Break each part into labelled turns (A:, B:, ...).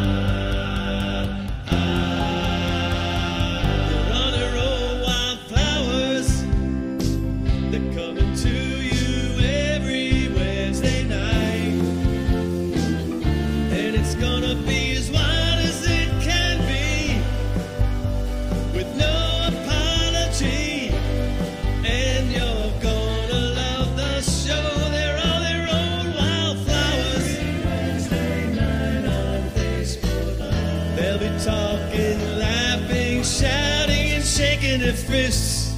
A: oh, fists.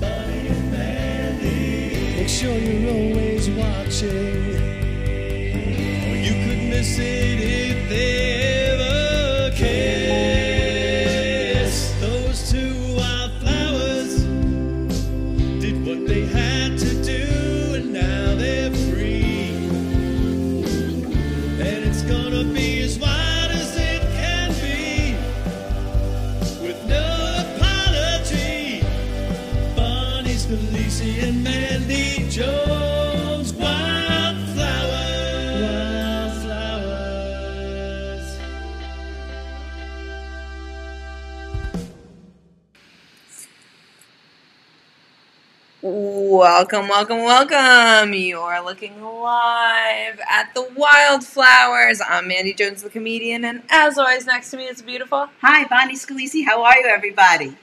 A: Make sure you're always watching. Or you could miss it if they ever kiss. Those two wildflowers did what they had to do, and now they're free. And it's gonna be as wide as it can be with no apology. Bonnie's Felicia and Mandy Jones, Wildflowers. Wildflowers.
B: Welcome, welcome, welcome. You are looking live at the Wildflowers. I'm Mandy Jones, the comedian, and as always, next to me is beautiful.
C: Hi, Bonnie Scalisi. How are you, everybody?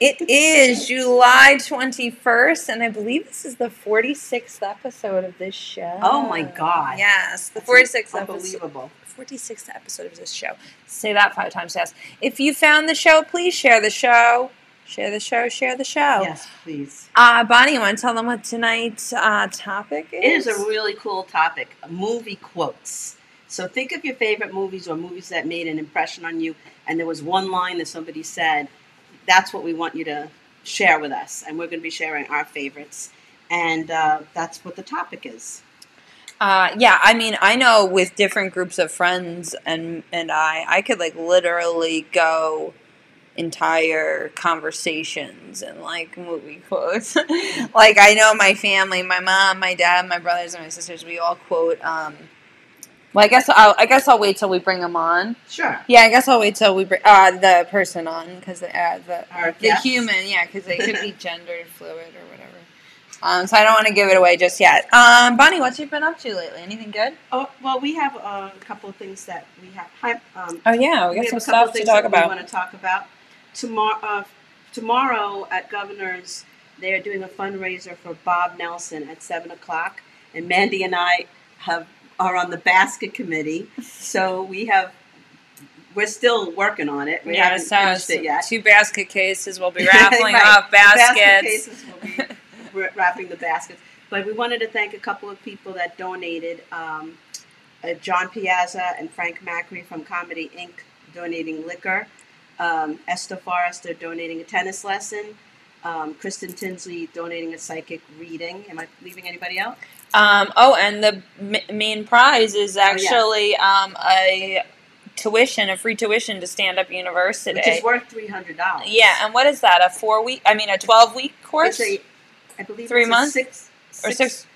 B: It is July 21st, and I believe this is the 46th episode of this show.
C: Oh my God.
B: Yes, the 46th episode.
C: Unbelievable.
B: 46th episode of this show. Say that five times fast. If you found the show, please share the show. Share the show, share the show.
C: Yes, please.
B: Uh, Bonnie, you want to tell them what tonight's uh, topic is?
C: It is a really cool topic movie quotes. So think of your favorite movies or movies that made an impression on you. And there was one line that somebody said, that's what we want you to share with us. And we're going to be sharing our favorites. And uh, that's what the topic is.
B: Uh, yeah, I mean, I know with different groups of friends and and I, I could like literally go entire conversations and like movie quotes. like I know my family, my mom, my dad, my brothers, and my sisters. We all quote. Um, well, I guess I'll, I guess I'll wait till we bring them on.
C: Sure.
B: Yeah, I guess I'll wait till we bring uh, the person on because uh, the
C: Our
B: the
C: guests.
B: human, yeah, because they could be gender fluid or whatever. Um, so I don't want to give it away just yet. Um, Bonnie, what you been up to lately? Anything good?
C: Oh, well, we have uh, a couple of things that we have. Hi, um,
B: Oh yeah, we got
C: have
B: some
C: a couple
B: stuff
C: of
B: to
C: things
B: talk
C: that
B: about.
C: We want to talk about tomorrow. Uh, tomorrow at Governor's, they are doing a fundraiser for Bob Nelson at seven o'clock, and Mandy and I have are on the basket committee, so we have. We're still working on it. We
B: yeah,
C: haven't
B: so s-
C: finished it yet.
B: two basket cases. We'll be raffling
C: Right.
B: off
C: Basket
B: baskets.
C: cases will be we're wrapping the baskets. But we wanted to thank a couple of people that donated. Um, uh, John Piazza and Frank Macri from Comedy Inc. donating liquor. Um, Esther Forrester donating a tennis lesson. Um, Kristen Tinsley donating a psychic reading. Am I leaving anybody out?
B: Um, oh, and the m- main prize is
C: Oh, yeah.
B: actually um, a tuition, a free tuition to Stand Up University.
C: Which is worth three hundred dollars.
B: yeah, and what is that? A four week? I mean, a twelve week course
C: It's a, I believe
B: Three
C: it's a
B: months?
C: six,
B: or six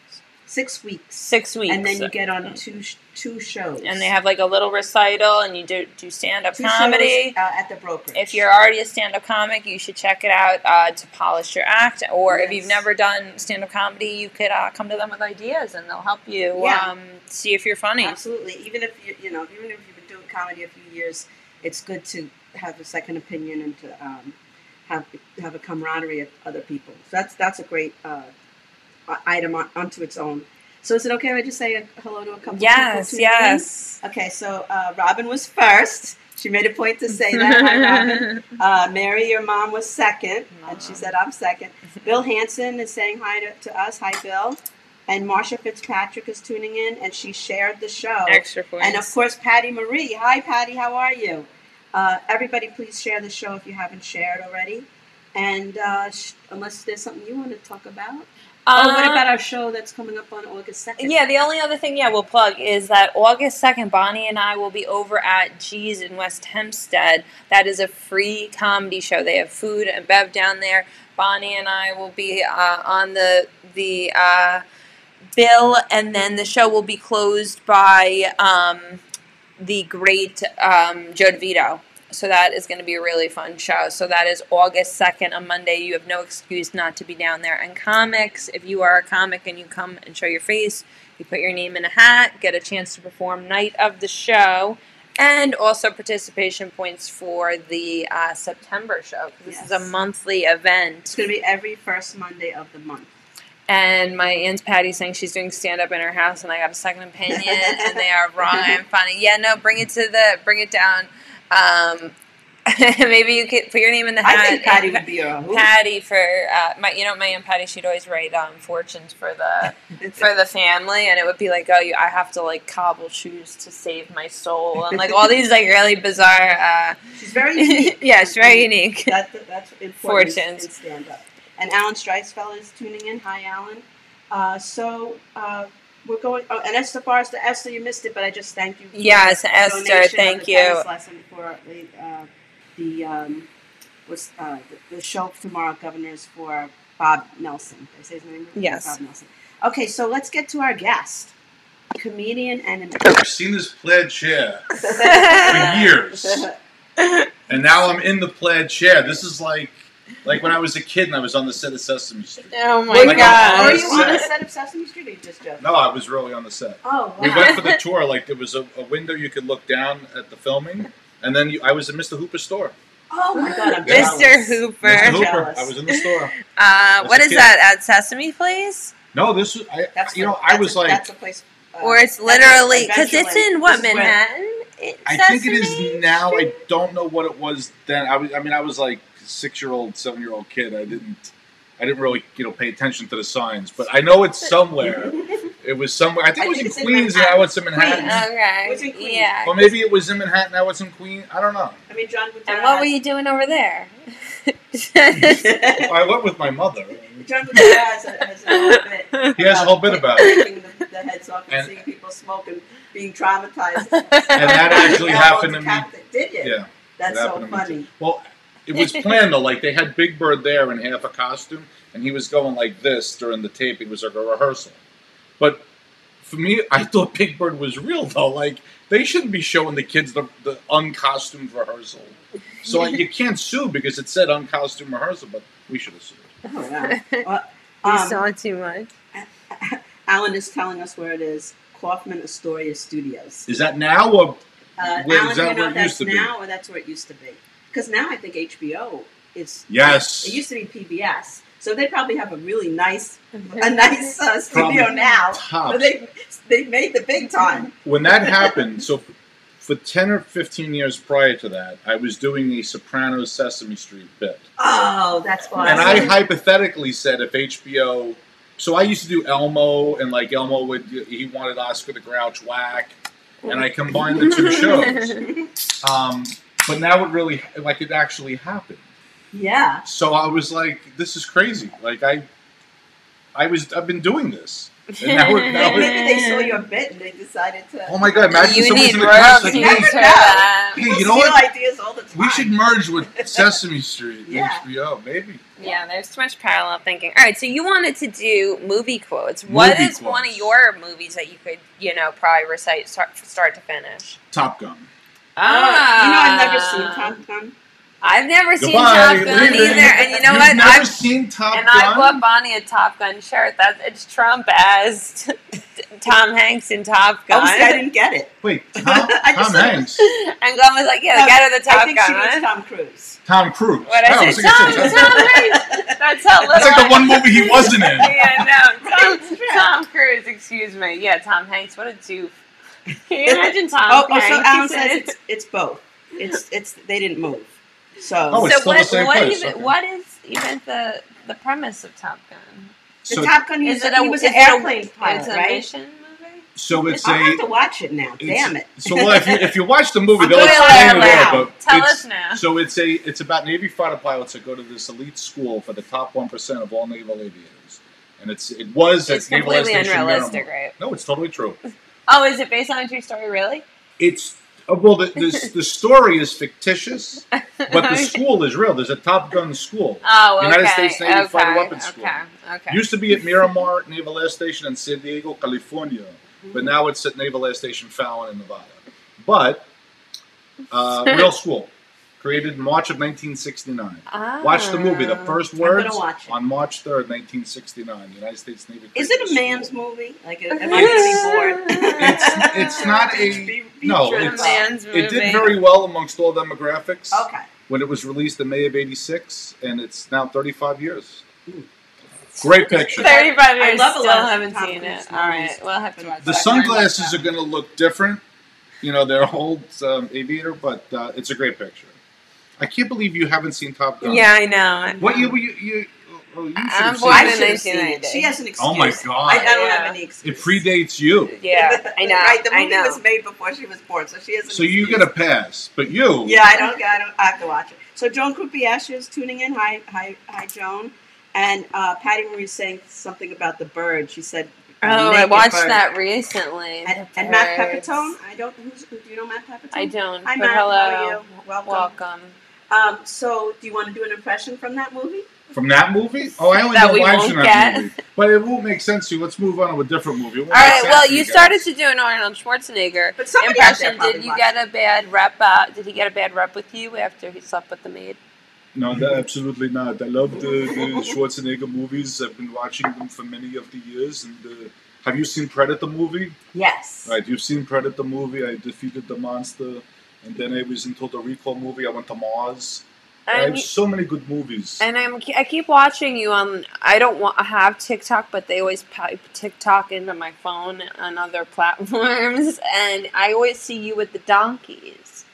C: six weeks,
B: six weeks?
C: and then you get on two sh- two shows.
B: And they have like a little recital, and you do do stand up
C: two shows,
B: comedy.
C: uh, at the brokerage.
B: If you're already a stand up comic, you should check it out uh, to polish your act. Or if
C: Yes.
B: you've never done stand up comedy, you could uh, come to them with ideas and they'll help you
C: Yeah.
B: um, see if you're funny.
C: Absolutely. Even if you you know, even if you've been doing comedy a few years, it's good to have a second opinion and to um, have have a camaraderie of other people. So that's that's a great uh, i- item on, onto its own. So is it okay if I just say a hello to a couple?
B: Yes,
C: people tuning in?
B: yes.
C: Okay, so uh, Robin was first. She made a point to say that. Hi, Robin. Uh, Mary, your mom was second, and she
B: Mom.
C: said, I'm second. Bill Hanson is saying hi to, to us. Hi, Bill. And Marsha Fitzpatrick is tuning in, and she shared the show.
B: Extra points.
C: And of course, Patty Marie. Hi, Patty. How are you? Uh, everybody, please share the show if you haven't shared already. And uh, sh- unless there's something you want to talk about. oh, what
B: Um,
C: about our show that's coming up on August 2nd?
B: Yeah, the only other thing, yeah, we'll plug is that August 2nd, Bonnie and I will be over at G's in West Hempstead. That is a free comedy show. They have food and bev down there. Bonnie and I will be uh, on the the uh, bill, and then the show will be closed by um, the great um, Joe DeVito. So that is going to be a really fun show. So that is August 2nd, on Monday. You have no excuse not to be down there. And comics, if you are a comic and you come and show your face, you put your name in a hat, get a chance to perform night of the show, and also participation points for the uh, September show. 'cause This is a
C: Yes.
B: monthly event.
C: It's going to be every first Monday of the month.
B: And my aunt's Patty saying she's doing stand up in her house, and I got a second opinion, and they are wrong and funny. Yeah, no, bring it to the, bring it down. Um, Maybe you could put your name in the hat.
C: I think Patty
B: and-
C: would be a hoot.
B: Patty for uh, my, you know, my aunt Patty. She'd always write um, fortunes for the for the family, and it would be like, oh, you, I have to like cobble shoes to save my soul, and like all these like really bizarre. Uh,
C: She's very unique.
B: yeah, it's very unique.
C: that, that's important
B: Fortunes.
C: in stand up. And Alan Streisfeld is tuning in. Hi, Alan. Uh, so uh, we're going. Oh, and Esther Forrester. Esther, you missed it, but I just thank you. for
B: Yes,
C: the
B: Esther,
C: donation of the
B: thank you.
C: tennis lesson for the, uh, the um, was uh, the, the show tomorrow. Governors for Bob Nelson. Did I say his name? right?
B: Yes.
C: Bob Nelson. Okay, so let's get to our guest, comedian and.
D: I've seen this plaid chair for years, and now I'm in the plaid chair. This is like, like when I was a kid and I was on the set of Sesame Street.
B: Oh my
C: Were you,
D: gosh.
C: were you on the
B: god!
C: set of Sesame Street or you just joking?
D: No, I was really on the set.
C: Oh, wow.
D: We went for the tour. Like there was a, a window you could look down at the filming, and then you, I was in Mr. Hooper's store.
C: Oh my god, I'm
D: Yeah.
B: Mr.
C: jealous.
D: Mr.
B: Hooper.
C: Hooper.
D: Hooper.
C: Jealous.
D: I was in the store.
B: Uh, what
D: Mr.
B: is
D: Kid.
B: that at Sesame Place?
D: No, this was. I,
C: That's
D: you
C: the-
D: know, I
C: that's
D: was
C: a-
D: like,
C: that's a place. uh,
B: Or it's
C: that's
B: literally because it's
C: Adventureland.
B: in what
C: This is where-
B: Manhattan. It-
D: I think it
B: Sesame
D: is now.
B: Street?
D: I don't know what it was then. I was. I mean, I was like six year old, seven year old kid. I didn't. I didn't really, you know, pay attention to the signs, but I know it's somewhere. It was somewhere. I think
C: I
D: it was
C: think
D: in
C: it's in
D: Queens, and
C: Manhattan.
D: now it's in Manhattan.
B: Okay.
C: What's in Queens?
B: Yeah.
D: Or maybe it was in Manhattan, now it's in Queens. I don't know.
C: I mean, John Gutierrez.
B: And what were you doing over there?
D: I went with my mother.
C: John Gutierrez has a whole bit.
D: He has a whole bit about it,
C: Taking the, the heads off and,
D: And-
C: seeing people smoke and being traumatized.
D: and that actually
C: Elbows
D: happened to me.
C: decapitated. Did you?
D: Yeah,
C: That's
D: it
C: so
D: happened to me
C: funny.
D: Well, it was planned though. Like they had Big Bird there in half a costume, and he was going like this during the tape. It was like a rehearsal. But for me, I thought Big Bird was real though. Like they shouldn't be showing the kids the, the uncostumed rehearsal. So like, you can't sue because it said uncostumed rehearsal, but we should have sued.
C: Oh, wow. Well,
B: You
C: um,
B: saw too much.
C: Alan is telling us where it is. Kaufman Astoria Studios.
D: Is that now or
C: Uh,
D: Where- is
C: Alan, you know
D: that where it
C: that's
D: used to be?
C: now, or that's where it used to be? Because now I think HBO is.
D: yes?
C: It used to be PBS, so they probably have a really nice, a nice uh, studio
D: Probably.
C: now.
D: Top.
C: But they they made the big time.
D: when that happened, so for ten or fifteen years prior to that, I was doing the Sopranos Sesame Street bit.
C: Oh, that's awesome.
D: And I hypothetically said if HBO, so I used to do Elmo, and like Elmo would, he wanted Oscar the Grouch whack, and I combined the two shows. Um, but now it really, like, it actually happened.
C: yeah.
D: So I was like, this is crazy. Like I, I was, I've been doing this, and now we're, now
C: Maybe
D: we're
C: they saw your bit and they decided to.
D: oh my god, imagine
B: you
D: someone's
B: need
D: in the comments like,
B: royalties
C: never
B: for
C: know.
B: that.
D: hey,
C: People
D: hey, you know
C: steal
D: what?
C: ideas all the time.
D: We should merge with Sesame Street, and
C: Yeah.
D: HBO, maybe.
B: Yeah, there's too much parallel thinking. All right, so you wanted to do movie quotes. What is
D: Movie
B: one of
D: quotes.
B: your movies that you could, you know, probably recite start, start to finish?
D: Top Gun.
B: Ah.
C: Oh, you know, I've never seen Tom Tom.
B: I've never seen
D: Goodbye,
B: Top Gun
D: leave it.
B: either, and you know
D: You've
B: what?
D: Never
B: I've
D: seen Top
B: and
D: Gun.
B: I bought Bonnie a Top Gun shirt. That it's Trump as Tom Hanks in Top Gun.
C: Obviously, Oh, I didn't get it.
D: Wait, Tom,
C: I just
D: Tom
C: said-
D: Hanks,
B: And Glenn was like, "Yeah,
C: No,
B: get her the Top
C: I think
B: Gun."
C: she means Tom Cruise.
D: Tom Cruise.
B: What
D: Oh,
B: I
D: was
B: said,
D: like,
B: Tom,
D: it's
B: Tom,
D: like-
B: Hanks. That's how little.
D: It's like
B: I-
D: the one movie he wasn't in.
B: yeah, no, Tom,
C: It's true.
B: Tom Cruise. Excuse me. Yeah, Tom Hanks. What a doof. Can you imagine Tom
C: Oh, oh,
B: Hanks?
C: so Alan says
B: in-
C: it's, it's both. It's it's they didn't move. So
D: Oh, it's
B: so
D: still the
B: what?
D: same
B: what,
D: place,
B: even,
D: okay.
B: what is even the the premise of Top Gun?
C: the
D: So,
C: Top Gun. He
B: Is
C: was,
B: it a
C: he was
B: is
C: an
B: it a-
C: airplane pilot,
B: It's a
C: right?
B: mission movie.
D: so it's
C: I'll
D: a.
C: have to watch it now.
D: it's-
C: Damn it!
D: So well, if you, if you watch the movie,
C: I'm
D: they'll
C: going
D: explain
C: out
D: it all.
C: loud.
D: But
B: Tell
D: it's-
B: us now.
D: So it's a it's about Navy fighter pilots that go to this elite school for the top one percent of all naval aviators, and it's it was
B: It's
D: at Naval Air
B: completely
D: Station
B: unrealistic,
D: Miramar.
B: right?
D: No, it's totally true.
B: Oh, is it based on a true story? Really?
D: It's uh, well, the, the the story is fictitious, but the school is real. There's a Top Gun school.
B: Oh, okay.
D: United States Navy
B: okay.
D: Fighter Weapons School.
B: Okay. Okay.
D: Used to be at Miramar Naval Air Station in San Diego, California,
C: Mm-hmm.
D: but now it's at Naval Air Station Fallon in Nevada. But uh, real school, created in March of 1969.
B: Ah.
D: Watch the movie. The first
C: gonna
D: words
C: watch it.
D: on March 3rd, 1969. United States Navy.
C: Is
D: created
C: it a
D: the
C: man's
D: school.
C: movie? Like, am I gonna be bored?
D: It's it's not a
C: Be- be
D: no.
C: sure
B: A
D: It's,
B: man's movie.
D: it did very well amongst all demographics
C: Okay.
D: when it was released in May of '86, and it's now 35 years.
C: Hmm.
D: Great picture.
B: Thirty-five
C: I
B: years.
C: love a
B: still
C: lot of
B: haven't
C: Tom
B: seen
C: Cruise
B: it. All right,
C: movies.
B: we'll have to watch
D: The
B: that.
D: sunglasses are going to look different. You know, they're old um, aviator, but uh, it's a great picture. I can't believe you haven't seen Top Gun.
B: Yeah, Um, I know.
D: What year were you? you, oh, you should
B: I'm
D: have
B: Why
C: I
D: seen
B: born in- 1990?
C: should have seen
D: it.
C: it. She has an excuse.
D: Oh my
C: I, I
D: god!
C: don't
B: Yeah.
C: have any excuse.
D: It predates you,
B: Yeah, I know.
C: right, the
B: I
C: movie
B: know. Oh,
C: was made before she was born, so she has. An
D: so you
C: excuse.
D: get a pass. But you,
C: Yeah, I don't. I don't I have to watch it. So Joan Krupiash is tuning in. Hi, hi, hi, Joan. And uh, Patty Marie is saying something about the bird. She said,
B: Oh, I
C: naked
B: watched
C: bird.
B: that recently.
C: And,
B: The
C: and Matt
B: birds.
C: Pepitone. I don't. Who's, do you know Matt Pepitone?
B: I don't.
C: Hi,
B: but
C: Matt.
B: hello.
C: How are you? Welcome.
B: Welcome.
C: Um, so, do you want to do an impression from that movie?
D: from that movie. Oh, I only
B: That
D: know
B: we
D: lives
B: won't
D: from that
B: get.
D: movie, but it won't make sense to you. Let's move on to a different movie. It won't
B: All
D: make
B: right.
D: sense
B: Well,
D: to
B: you
D: guys.
B: started to do an Arnold Schwarzenegger
C: But somebody out there
B: impression.
C: probably
B: Did you
C: watched
B: get a bad rep? Uh, did he get a bad rep with you after he slept with the maid?
D: No, no, absolutely not. I love the, the Schwarzenegger movies. I've been watching them for many of the years. And uh, have you seen Predator movie?
C: Yes.
D: Right, you've seen Predator movie. I defeated the monster, and then I was in Total Recall movie. I went to Mars. I
B: And,
D: have so many good movies.
B: and I'm I keep watching you on. I don't want, have TikTok, but they always pipe TikTok into my phone and other platforms, and I always see you with the donkeys.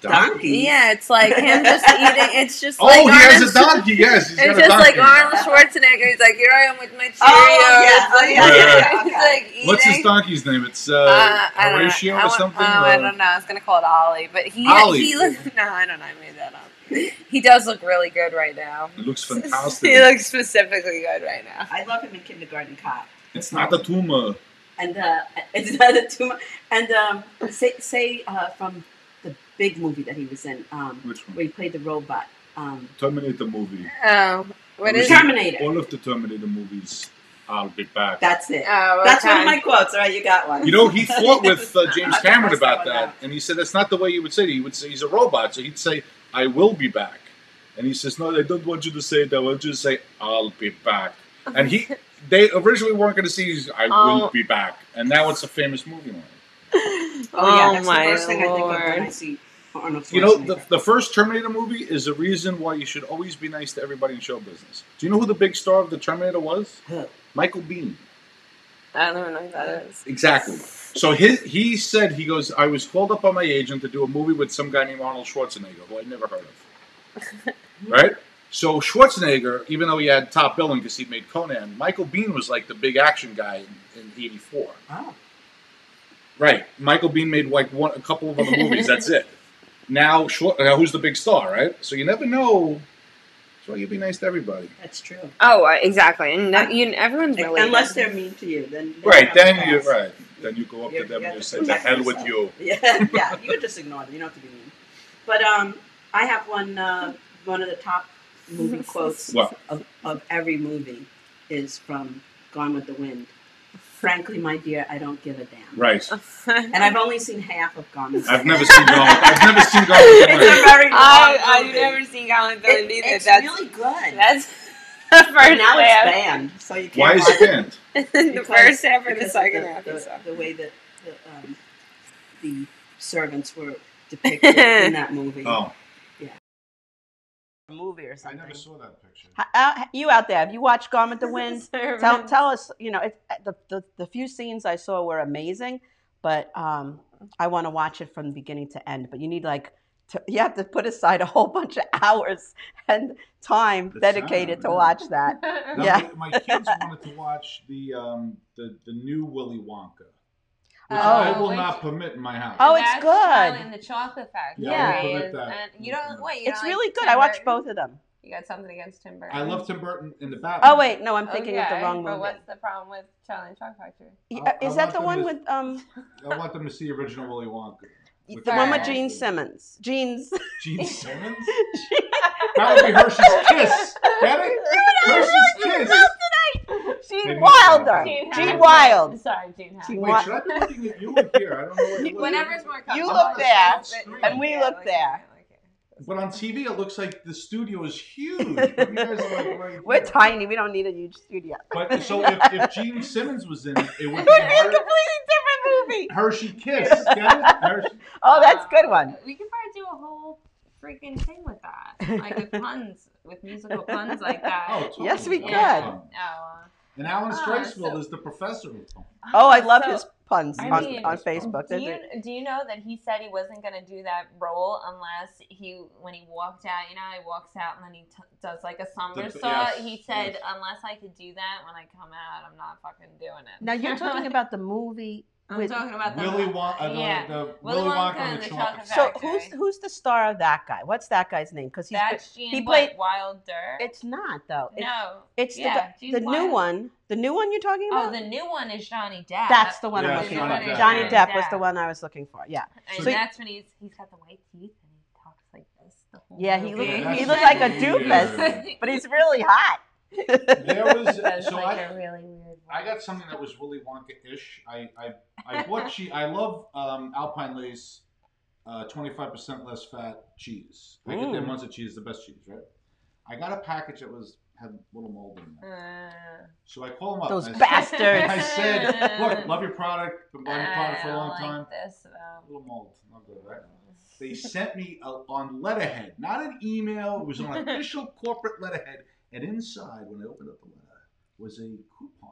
C: Donkey.
B: Yeah, it's like him just eating. It's just
D: Oh,
B: like
D: he
B: Arnold
D: has a
B: Schwar-
D: donkey. Yes, he's
B: It's
D: got a
B: just like
D: donkey.
B: Arnold Schwarzenegger. He's like, here I am with my Cheerios.
C: Oh, yeah, oh, yeah,
D: yeah,
B: Like,
C: yeah,
B: he's
C: okay.
B: like eating.
D: What's his donkey's name? It's uh,
B: Uh, I don't know.
D: Horatio
B: I
D: or
B: want-
D: something. Uh,
B: Oh, I don't know. I was gonna call it Ollie, but he
D: Ollie.
B: he looks. No, I don't know. I made that up. He does look really good right now.
D: It looks fantastic.
B: he looks specifically good right now.
C: I love him in Kindergarten Cop.
D: it's not a tumor.
C: And uh, it's not a too much. And um, say, say uh, from the big movie that he was in, um,
D: Which one?
C: where he played the robot, um,
D: Terminator movie.
B: Oh, what is?
D: It was in
C: Terminator.
D: All of the Terminator movies. I'll be back.
C: That's it.
B: Oh,
C: That's one
B: okay.
C: of my quotes. All right, you got one.
D: You know, he fought with uh, James
C: I'll
D: Cameron
C: cross
D: about
C: one
D: that,
C: out.
D: and he said that's not the way he would say it. He would say he's a robot, so he'd say, "I will be back," and he says, "No, I don't want you to say it. I want you to say I'll be back." And he, they originally weren't going to see, he's, "I will
B: Oh.
D: be back," and now it's a famous movie line.
C: Oh, yeah,
B: Oh,
C: that's
B: my
C: the first thing I think of when I
B: lord.
C: see Arnold Schwarzenegger.
D: You know, the, the first Terminator movie is the reason why you should always be nice to everybody in show business. Do you know who the big star of the Terminator was?
C: Who?
D: Michael Bean.
B: I don't know who that is.
D: Exactly. So his, he said he goes. I was called up by my agent to do a movie with some guy named Arnold Schwarzenegger, who I'd never heard of. right. So Schwarzenegger, even though he had top billing because he made Conan, Michael Bean was like the big action guy in- in '84.
C: Oh.
D: Right. Michael Bean made like one, a couple of other movies. That's it. Now, Schwar- now who's the big star? Right. So you never know. So you be nice to everybody.
C: That's true.
B: Oh, uh, exactly. And that, you, everyone's related.
C: Unless they're mean to you, then
D: Right. Then you
C: you're
D: right. Then you go up
C: You-
D: to them
C: you
D: and
C: have
D: you
C: to
D: say, "The
C: protect
D: hell with
C: yourself."
D: you."
C: Yeah, yeah. You could just ignore them. You don't have to be mean. But um, I have one. Uh, one of the top movie quotes
D: What?
C: of, of every movie is from Gone with the Wind. Frankly, my dear, I don't give a damn.
D: Right.
C: And I've only seen half of Gone with the
D: I've
C: Wind.
D: never seen Gone. I've never seen Gone. with the
C: It's
D: Wind.
C: a very long
B: I, I've
C: movie.
B: never seen Colin Thorne
C: It-
B: either.
C: it's
B: that's
C: really good.
B: that's the first
C: But now it's
B: half.
C: banned, so you can't.
D: Why is
C: watch
D: it banned?
B: the
C: Because-
B: first half or the
C: because of
B: second half. is
C: The, the way that the, um, the servants were depicted in that movie.
D: Oh,
C: Movie or something.
D: saw that picture.
C: H- out- you out there? Have you watched Gone with the Wind? tell,
B: Servants.
C: tell us. You know, it, the, the the few scenes I saw were amazing, but um, I want to watch it from beginning to end. But you need like. To, you have to put aside a whole bunch of hours and time
D: The
C: dedicated
D: time,
C: to
D: yeah.
C: watch that.
B: Uh,
D: No,
C: Yeah.
D: my, my kids wanted to watch the um the, the new Willy Wonka, which
B: Oh,
D: I will
B: which-
D: not permit in my house.
C: Oh, it's
B: That's
C: good.
B: Charlie and the Chocolate Factory.
C: Yeah, I
D: will
B: right?
D: admit that.
B: And you don't wait. You
C: It's
B: don't
C: really
B: like
C: good.
B: Tim
C: I watched
B: Burton?
C: both of them.
B: You got something against Tim Burton.
D: I love Tim Burton in the Batman.
C: Oh wait, no, I'm thinking of the
B: Okay,
C: wrong
B: But
C: movie.
B: what's the problem with Charlie and the Chocolate Factory?
C: Yeah,
D: I- I
C: Is that
D: want
C: the
D: them
C: one
D: to-
C: with um
D: I want them to see original Willy Wonka. With
C: the one with
B: Alright.
C: Gene Simmons? Gene's
D: Gene Simmons. that would be Hershey's Kiss. Get it? Hershey's Kiss.
C: Gene
D: Maybe-
C: Wilder. Gene
D: Gene Hackman.
C: Wild.
B: Sorry, Gene Hackman.
C: Gene
D: Wait, should I be looking at you or here? I don't know. What it was.
B: Whenever's more comfortable.
C: You look there,
D: and
C: we
B: Yeah,
C: look
B: like
C: there.
B: it, like it.
D: But on TV, it looks like the studio is huge. But you guys are like right
C: We're
D: here.
C: tiny. We don't need a huge studio.
D: But so if, if Gene Simmons was in it, it
C: It
D: would
C: would
D: be
C: be a
D: Her-
C: completely different movie.
D: Hershey Kiss. Get it? Hershey-
C: Oh, that's a good one.
B: We could probably do a whole freaking thing with that, like with puns, with musical puns like that.
D: Oh, totally.
C: Yes, we
D: That
C: could.
D: was fun.
B: Oh, uh,
D: And Alan
B: Ah,
D: Streisfeld
B: so-
D: is the professor of fun.
C: Oh, I love
B: so-
C: his on
B: I
C: on,
B: mean,
C: on Facebook.
B: Do
C: That's
B: you,
C: it.
B: do you know that he said he wasn't going to do that role unless he, when he walked out, you know, how he walks out and then he t- does like a somersault.
D: yes,
B: he said,
D: yes.
B: unless I could do that when I come out, I'm not fucking doing it.
C: Now you're talking about the movie.
B: I'm
C: with-
B: talking about the
D: Willy Wonka. Uh,
B: Yeah.
D: yeah. the, the
B: Willy
D: Willy
B: Wonka
D: Wonka and the Chocolate
C: so
B: Factory.
C: who's who's the star of that guy? What's that guy's name? Because he's
B: That's Gene
C: he
B: what,
C: played-
B: Wilder.
C: it's not though. It's,
B: no,
C: it's the
B: yeah,
C: guy-
B: Gene
C: the new
B: Wilder.
C: one. The new one you're talking
B: Oh,
C: about.
B: the new one is Johnny Depp.
C: That's the one
D: Yeah,
C: I'm looking
D: Johnny
C: for.
D: Depp.
C: Johnny
D: Yeah.
C: Depp was the one I was looking for. Yeah.
B: And
C: So-
B: that's when he's he's got the white teeth and he talks like this. The whole
C: Yeah, he
B: movie.
C: looked-
D: Yeah,
C: he
D: that's
C: looked like a
D: weird.
C: doofus, but he's really hot.
D: There was uh,
B: That's
D: so
B: like
D: I,
B: a really weird.
D: I got something that was Willy Wonka ish. I I I bought cheese. I love um, Alpine Lace, twenty five percent less fat cheese. I get their
C: Mm.
D: monza cheese, the best cheese, right? I got a package that was had a little mold in it.
B: Uh,
D: So I call them up.
C: Mm. Those
D: and I said-
C: bastards.
D: I said, look, love your product. Been buying your product for a
B: don't
D: long
B: like
D: time.
B: This
D: A little mold, not good, right? They
B: though.
D: sent me a, on letterhead, not an email. It was on official corporate letterhead, and inside, when I opened up the letter, was a coupon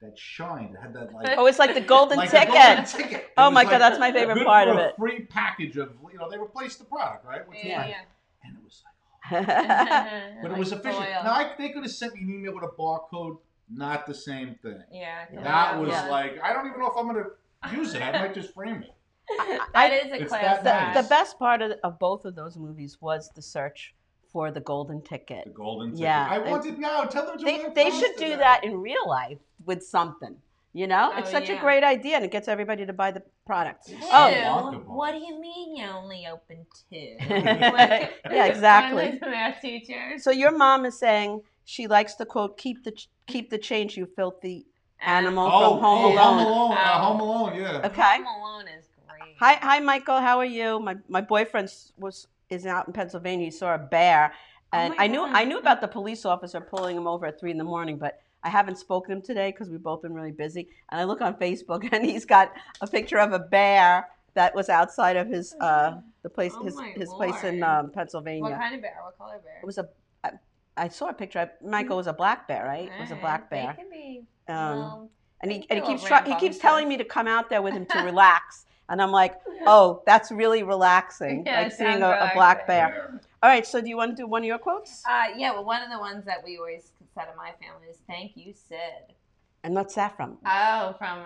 D: that shined. It had that like
C: Oh, it's like the golden
D: like a
C: ticket.
D: golden ticket. It
C: Oh
D: was
C: my God,
D: like,
C: that's my favorite
D: good
C: part
D: for
C: of
D: a
C: it.
D: Free package of you know they replaced the product right, Which is
B: Yeah.
D: fine.
B: yeah.
D: and it was like, but
B: but
D: it was official. Now I, they could have sent me an email with a barcode, not the same thing.
B: yeah,
D: That was
C: Yeah.
D: like I don't even know if I'm gonna use it. I might just frame it.
B: that is a
D: It's
B: class
C: the,
D: that nice.
C: the
B: act.
C: best part of, of both of those movies was the search for the golden ticket.
D: The golden ticket.
C: Yeah,
D: I
C: it-
D: want it now. Tell them to
C: They,
D: order
C: they
D: pasta
C: should do
D: now.
C: that in real life with something. You know,
B: Oh,
C: it's such
B: yeah.
C: a great idea, and it gets everybody to buy the product.
D: It's
C: Oh.
B: Two?
D: remarkable.
B: what do you mean you only open two?
C: Yeah, exactly.
B: I'm a math teacher.
C: So your mom is saying she likes the quote, "Keep the ch- keep the change, you filthy animal from Home
D: oh, Home
C: Alone." Um,
D: Alone. Uh,
B: Oh.
D: Home Alone. Yeah.
C: Okay.
B: Home Alone is great.
C: Hi, hi, Michael. How are you? My my boyfriend s- was is out in Pennsylvania. He saw a bear, and
B: Oh my
C: I knew
B: God.
C: I knew about the police officer pulling him over at three in the morning, but I haven't spoken to him today because we've both been really busy. And I look on Facebook, and he's got a picture of a bear that was outside of his uh the place
B: Oh
C: his
B: my
C: his place in
B: Lord.
C: um,
B: What
C: Pennsylvania.
B: kind of bear? What color bear?
C: It was a I, I saw a picture. I, Michael was a black bear, right? It was a black
B: Alright,
C: bear.
B: They can be.
C: Um,
B: well,
C: and
B: they
C: he
B: can
C: and
B: do
C: he
B: a
C: keeps try, he
B: rambunctious.
C: keeps telling me to come out there with him to relax, and I'm like, oh, that's really relaxing,
B: Yeah, it
C: like seeing
B: sounds
C: a, a
B: relaxing.
C: black bear. All right, so do you want to do one of your quotes?
B: Uh, yeah, well, one of the ones that we always said in my family is "Thank you, Sid."
C: And what's that from?
B: Oh, from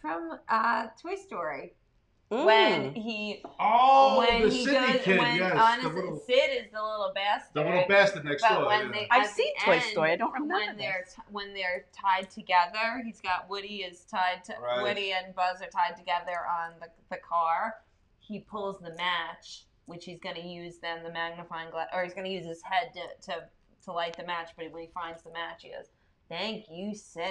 B: from uh, Toy Story
C: Mm.
B: when he
D: Oh,
B: when
D: the
B: he
D: Sydney
B: goes
D: kid.
B: when
D: yes.
B: honest,
D: The little,
B: Sid is the little bastard.
D: the little bastard next
B: but
D: door.
B: when
D: yeah.
B: they,
C: I've
B: at the
C: seen Toy
B: end,
C: Story. I don't remember
B: when they're
C: this.
B: t- when they're tied together. He's got Woody is tied to
D: Right.
B: Woody and Buzz are tied together on the, the car. He pulls the match, which he's going to use then the magnifying glass, or he's going to use his head to, to to light the match. But when he finds the match, he goes, "Thank you, Sid,"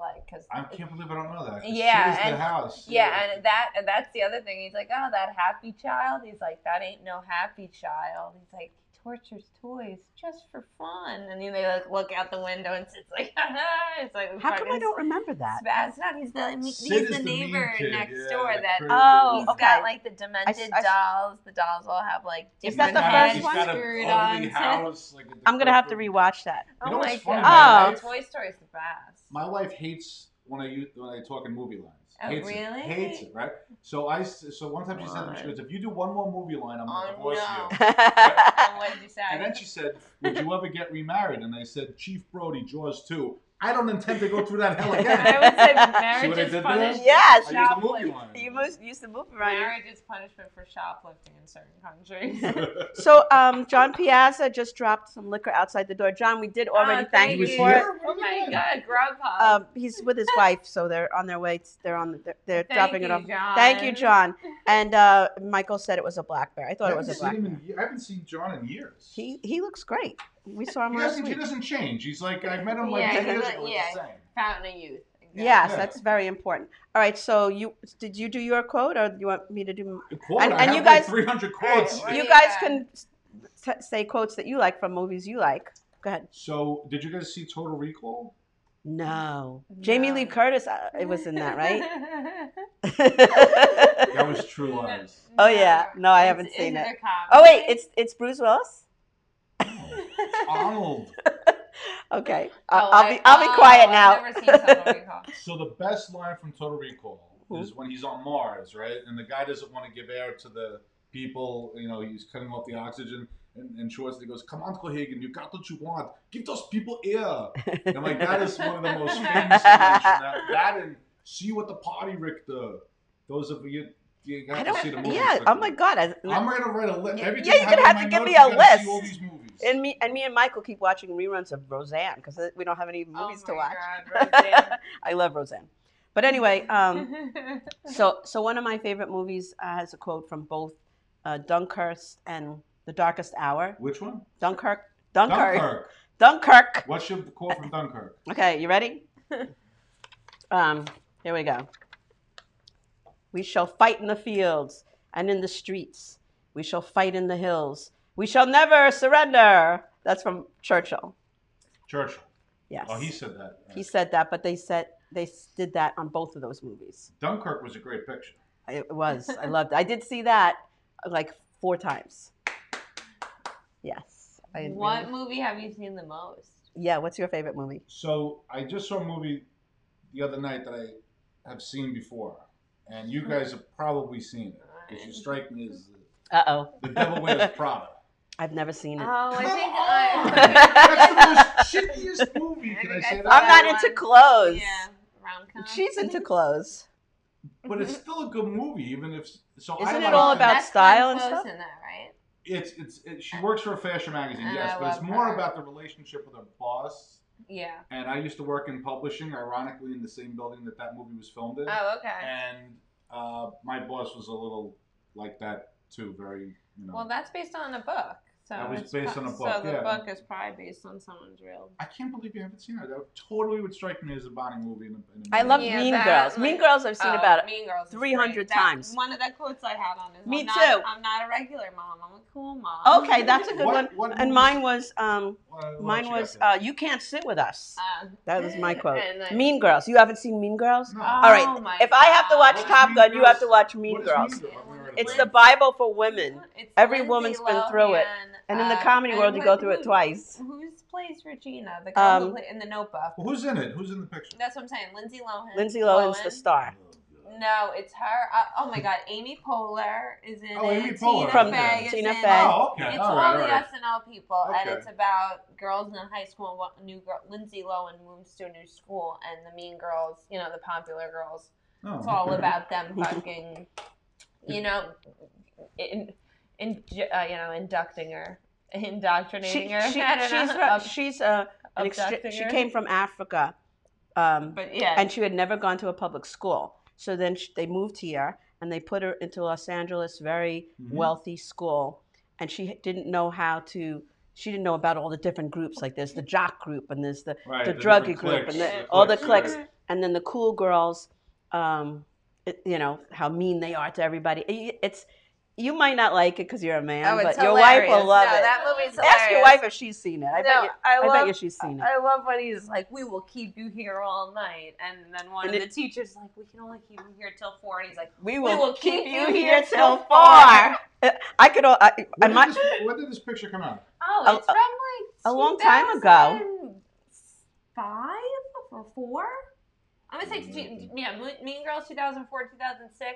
B: like because
D: I can't believe I don't know that.
B: Yeah,
D: Sid is
B: and-
D: the house.
B: yeah, and that and that's the other thing. He's like, oh, that happy child. He's like, that ain't no happy child. He's like, he tortures toys just for fun. And then they like look out the window and it's like, "Haha," it's like
C: How come I don't remember that?
B: Spaz out. He's the he's
D: Sid is
B: the
D: the mean
B: neighbor
D: kid,
B: next
D: yeah,
B: door
D: that
B: that
D: crazy
B: he's
D: little-
C: Oh, okay.
B: got like the demented
C: I s-
B: dolls. The dolls all have like
C: Is
B: different
C: that the
B: heads
C: first one?
D: He's got an
B: screwed
D: ugly
B: on.
D: house, like, with the
C: I'm gonna have to
D: corporate-
C: rewatch that.
B: Oh
D: You know
B: my
D: what's funny,
B: god!
C: my
B: Toy Story's the best.
D: My wife hates when I use, when I talk in movie lines.
B: Oh,
D: hates
B: really?
D: It. Hates it, right? So I s- so one time she said to me, she
B: Why?
D: goes, "If you do one more movie line, I'm
B: Oh,
D: gonna divorce
B: no.
D: you."
B: Oh, what did you say?
D: And then she said, "Would you ever get remarried?" And I said, "Chief Brody, Jaws 2. I don't intend to go through that hell
B: I
D: again."
B: would say
D: See what I
B: marriage
D: did
B: is
D: there?
B: punishment.
C: yes,
D: I
B: Yeah.
D: used the movie line.
C: you must use the move around.
B: Marriage is punishment for shoplifting in certain countries.
C: So, um, John Piazza just dropped some liquor outside the door. John, we did already
B: Ah,
C: thank
D: you.
C: you
D: He was
C: for it.
D: here?
B: Oh my god, Grubhub.
C: Um, he's with his wife, so they're on their way. They're on. The, they're
B: Thank
C: dropping it
B: you,
C: off. Thank you, John. And uh, Michael said it was a black bear. I
D: I
C: thought it was
D: haven't
C: a
D: seen
C: black
D: him
C: bear.
D: in, ye- I haven't seen John in years.
C: He he looks great. We saw him
D: He
C: last
D: doesn't, he
C: week.
D: doesn't change. He's like I met him like
B: Yeah,
D: ten
B: he's
D: years
B: like-
D: ago. He's
B: yeah.
D: the same.
B: Fountain of Youth.
C: Yes,
D: Yeah.
C: that's very important. All right, so you did you do your quote, or do you want me to do?
D: The quote,
C: And-
D: I
C: and
D: have
C: you
D: like
C: guys-
D: 300 quotes.
B: Alright,
C: You
B: Yeah.
C: guys can t- say quotes that you like from movies you like. Go ahead.
D: So, did you guys see Total Recall?
C: No, Jamie
B: No.
C: Lee Curtis. Uh, it was in that, right?
D: That was True Lies.
C: Oh, yeah. No, I haven't seen it. oh wait, it's it's Bruce Willis.
D: Arnold.
B: Oh,
C: Okay, I- I'll, be I'll be quiet now.
B: I've never Oh, seen Total Recall.
D: So the best line from Total Recall is when he's on Mars, right? And the guy doesn't want to give air to the people. You know, he's cutting off the oxygen. And, and Schwarzenegger goes, "Come on, Cohagen, you got what you want. Give those people air." And I'm like, that is one of the most famous. lines from That, that and see what the party Richter. Those of you, you
C: I
D: got to
C: don't.
D: see the movies.
C: Yeah.
D: Richter.
C: Oh my God. I,
D: I'm gonna write a list.
C: Yeah,
D: Everything
C: yeah, you're
D: I
C: gonna
D: in
C: have
D: my
C: to give
D: notes,
C: me a
D: you gotta see all
C: list.
D: these movies.
C: and me and me and Michael keep watching reruns of Roseanne because we don't have any
B: Oh
C: movies to watch. I love Roseanne. But anyway, um, so so one of my favorite movies uh, has a quote from both uh, Dunkirk and The Darkest Hour.
D: Which one?
C: Dunkirk, Dunkirk,
D: Dunkirk.
C: Dunkirk.
D: What's your quote from Dunkirk?
C: Okay, you ready? um, here we go. We shall fight in the fields and in the streets. We shall fight in the hills. We shall never surrender. That's from Churchill.
D: Churchill.
C: Yes.
D: Oh, he said that.
C: he said that, but they said they s- did that on both of those movies.
D: Dunkirk was a great picture.
C: It was. I loved. It. I did see that like four times. Yes. I
B: What
C: really-
B: movie have you seen the most?
C: yeah. What's your favorite movie?
D: So I just saw a movie the other night that I have seen before, and you guys have probably seen it because you strike me as
C: Uh oh.
D: the, the Devil Wears Prada.
C: I've never seen it.
B: Oh, I
D: Come
B: think
D: on!
B: I.
D: That's the most shittiest movie. Can I say
C: I'm
D: that?
C: not into clothes.
B: Yeah, rom-com.
C: She's into clothes.
D: But it's still a good movie, even if. So I
C: Isn't it
D: like
C: all about
B: That's
C: style and
B: Glenn Close
C: stuff?
B: In that, right?
D: It's it's it, she works for a fashion magazine,
B: And
D: yes,
B: I
D: but it's
B: love
D: more
B: her.
D: about the relationship with her boss.
B: Yeah.
D: And I used to work in publishing, ironically, in the same building that that movie was filmed in.
B: Oh, okay.
D: and uh, my boss was a little like that too. Very, you know.
B: Well, that's based on a book. So
D: um, That was
B: it's
D: based
B: pro-
D: on a
B: So
D: book,
B: the
D: yeah.
B: book is probably based on someone's real.
D: I can't believe you haven't seen it. That totally would strike me as a Bonnie movie. In a, in a
C: I love
D: movie.
B: Yeah,
C: Mean
B: that,
C: Girls.
B: like-
C: mean Girls. I've seen
B: Oh,
C: about
B: Mean Girls is
C: 300
B: great. That-
C: times.
B: one of the quotes I had on is
C: Me
B: I'm not,
C: too.
B: I'm not a regular mom. I'm a cool mom.
C: Okay, that's a good
D: What-
C: one.
D: what
C: and
D: movies-
C: mine was um,
D: What- what
C: mine
D: else you
C: was
D: got there?
C: uh, you can't sit with us.
B: Um,
C: That was my quote.
B: and then-
C: Mean Girls. You haven't seen Mean Girls?
D: No.
B: Oh
C: All right.
B: my
C: If I have to
B: God.
C: watch
D: What is
C: Top
D: Mean
C: Gun, you
D: Girls?
C: have to watch uh, Mean
D: What is
C: Girls.
D: Mean I've never heard of
C: It's
D: that.
C: the Bible for women.
B: It's
C: Every
B: Lindsay
C: woman's been through it.
B: Lohan,
C: And in the
B: uh,
C: comedy
B: and
C: world, you
B: who-
C: go through it
B: who-
C: twice.
B: Who's plays Regina? The
C: Um,
B: girl who pla- in the Notebook.
D: Well, who's in it? Who's in the picture? Oh,
B: That's what I'm saying. Lindsay Lohan.
C: Lindsay Lohan's the
B: Lohan.
C: star.
B: No, it's her. Uh, oh my God, Amy Poehler is in
D: Oh,
B: it.
D: Amy Poehler,
B: Tina
C: From
B: Fey is
C: Tina
B: in
C: Fey.
B: it.
D: Oh, okay.
B: It's
D: all
B: all,
D: right, all
B: the
D: right.
B: SNL people,
D: Okay.
B: and it's about girls in high school. What new girl? Lindsay Lohan moves to a new school, and the mean girls, you know, the popular girls.
D: Oh,
B: It's all
D: okay.
B: about them fucking, you know, in, in uh, you know, inducting her, indoctrinating
C: She,
B: her.
C: she,
B: I don't
C: she's
B: know.
C: a,
B: Ob-
C: she's a, an
B: abducting
C: extra, she
B: her.
C: came from Africa, um,
B: But yeah,
C: and she had never gone to a public school. So then sh they moved here, and they put her into Los Angeles, very
D: Mhm.
C: wealthy school, and she didn't know how to. She didn't know about all the different groups. Like there's the jock group, and there's the
D: Right,
C: the
D: the
C: druggy
D: different
C: group
D: cliques,
C: and the,
B: the
C: all the
D: cliques,
C: cliques and then the cool girls um it- you know how mean they are to everybody It- it's you might not like it because you're a man
B: oh, it's
C: but your wife
B: hilarious.
C: will love
B: no,
C: it
B: That movie's hilarious.
C: ask your wife if she's seen it
B: No,
C: i, bet, you,
B: I
C: I,
B: love
C: bet you she's seen it
B: I love when he's like, "We will keep you here all night," and then one
C: And
B: of
C: it-
B: the teachers is like, "We can only keep you here till four. and he's like,
C: we
B: will
C: will,
B: keep
C: keep
B: you
C: you
B: here
C: here
B: till
C: till far i could all i, I
D: When,
C: might
D: did this, when did this picture come out?
B: "Oh,
C: A-
B: it's from like
C: a long time ago.
B: 2005 or four. I'm gonna say,
D: Mm.
B: two- yeah, Mo- Mean Girls, two thousand four, two thousand six.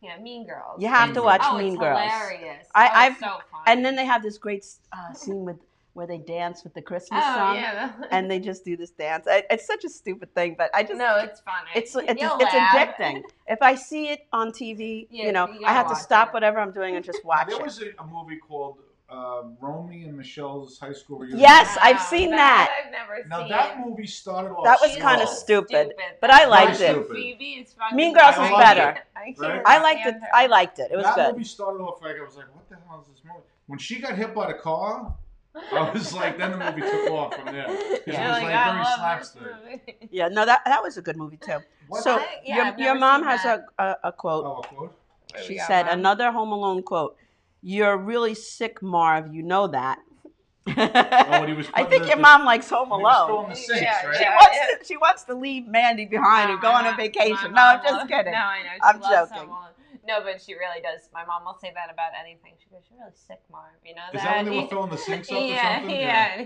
B: Yeah, Mean Girls.
C: you have
D: Mean
C: to
D: Girls.
C: watch
B: oh,
C: mean
B: it's
C: girls
B: hilarious.
C: I-
B: oh,
C: I've-
B: it's so fun.
C: and then they have this great uh, scene with where they dance with the christmas
B: oh
C: song
B: yeah,
C: and they just do this dance I, it's such a stupid thing but i just
B: no, it's funny.
C: it's it's, it's
B: You'll laugh.
C: addicting. If I see it on TV,
B: Yeah,
C: you know,
B: you gotta
C: I have to
B: watch
C: stop
B: it.
C: whatever I'm doing and just watch
D: There
C: it.
D: was a, a movie called uh, Romy and Michelle's High School Reunion.
C: Yes, I've
B: Wow,
C: seen
B: I've never
D: Now
B: seen.
D: that movie started off.
C: That was
D: slow.
C: kinda
B: She's
C: stupid, but I
D: liked it.
B: Stupid. Phoebe is fucking
C: Mean Girls
D: is
B: I
D: better.
B: can't- I, can't
D: Right?
C: I liked it.
B: stand her.
C: I liked it. It was
D: that
C: good.
D: movie started off like I was like, what the hell is this movie? When she got hit by the car, I was like, then the movie took off from there. 'Cause It was
C: Yeah,
D: like,
B: Like, I
D: very
B: love this
D: slapstick.
B: movie.
C: Yeah, no, that that was a good movie too.
D: What-
C: So
B: I- yeah, I've
C: your, your
B: never
C: mom
B: seen
C: has a,
B: that.
C: a a quote.
D: Oh, a quote?
B: There we
C: she
B: go,
C: said
B: Mom.
C: another Home Alone quote. You're really sick, Marv. You know that.
D: Oh, when he was
C: I
D: putting
C: think
D: the-
C: your
D: the-
C: mom likes Home
D: when he was
C: Alone.
D: throwing the sinks,
B: Yeah,
D: right?
C: She
B: yeah.
C: wants to, she wants to leave Mandy behind and
B: No,
C: go
B: my
C: on a
B: mom-
C: vacation. No,
B: my
C: I'm
B: mom
C: just
B: loves-
C: kidding.
B: Uh-huh. No, I know. She
C: I'm
B: loves
C: joking.
B: Someone. No, but she really does. My mom will say that about anything. She goes, "You're really sick, Marv." You know
D: Is that when they
B: He-
D: were filling the sinks up or
B: yeah,
D: something?
B: yeah.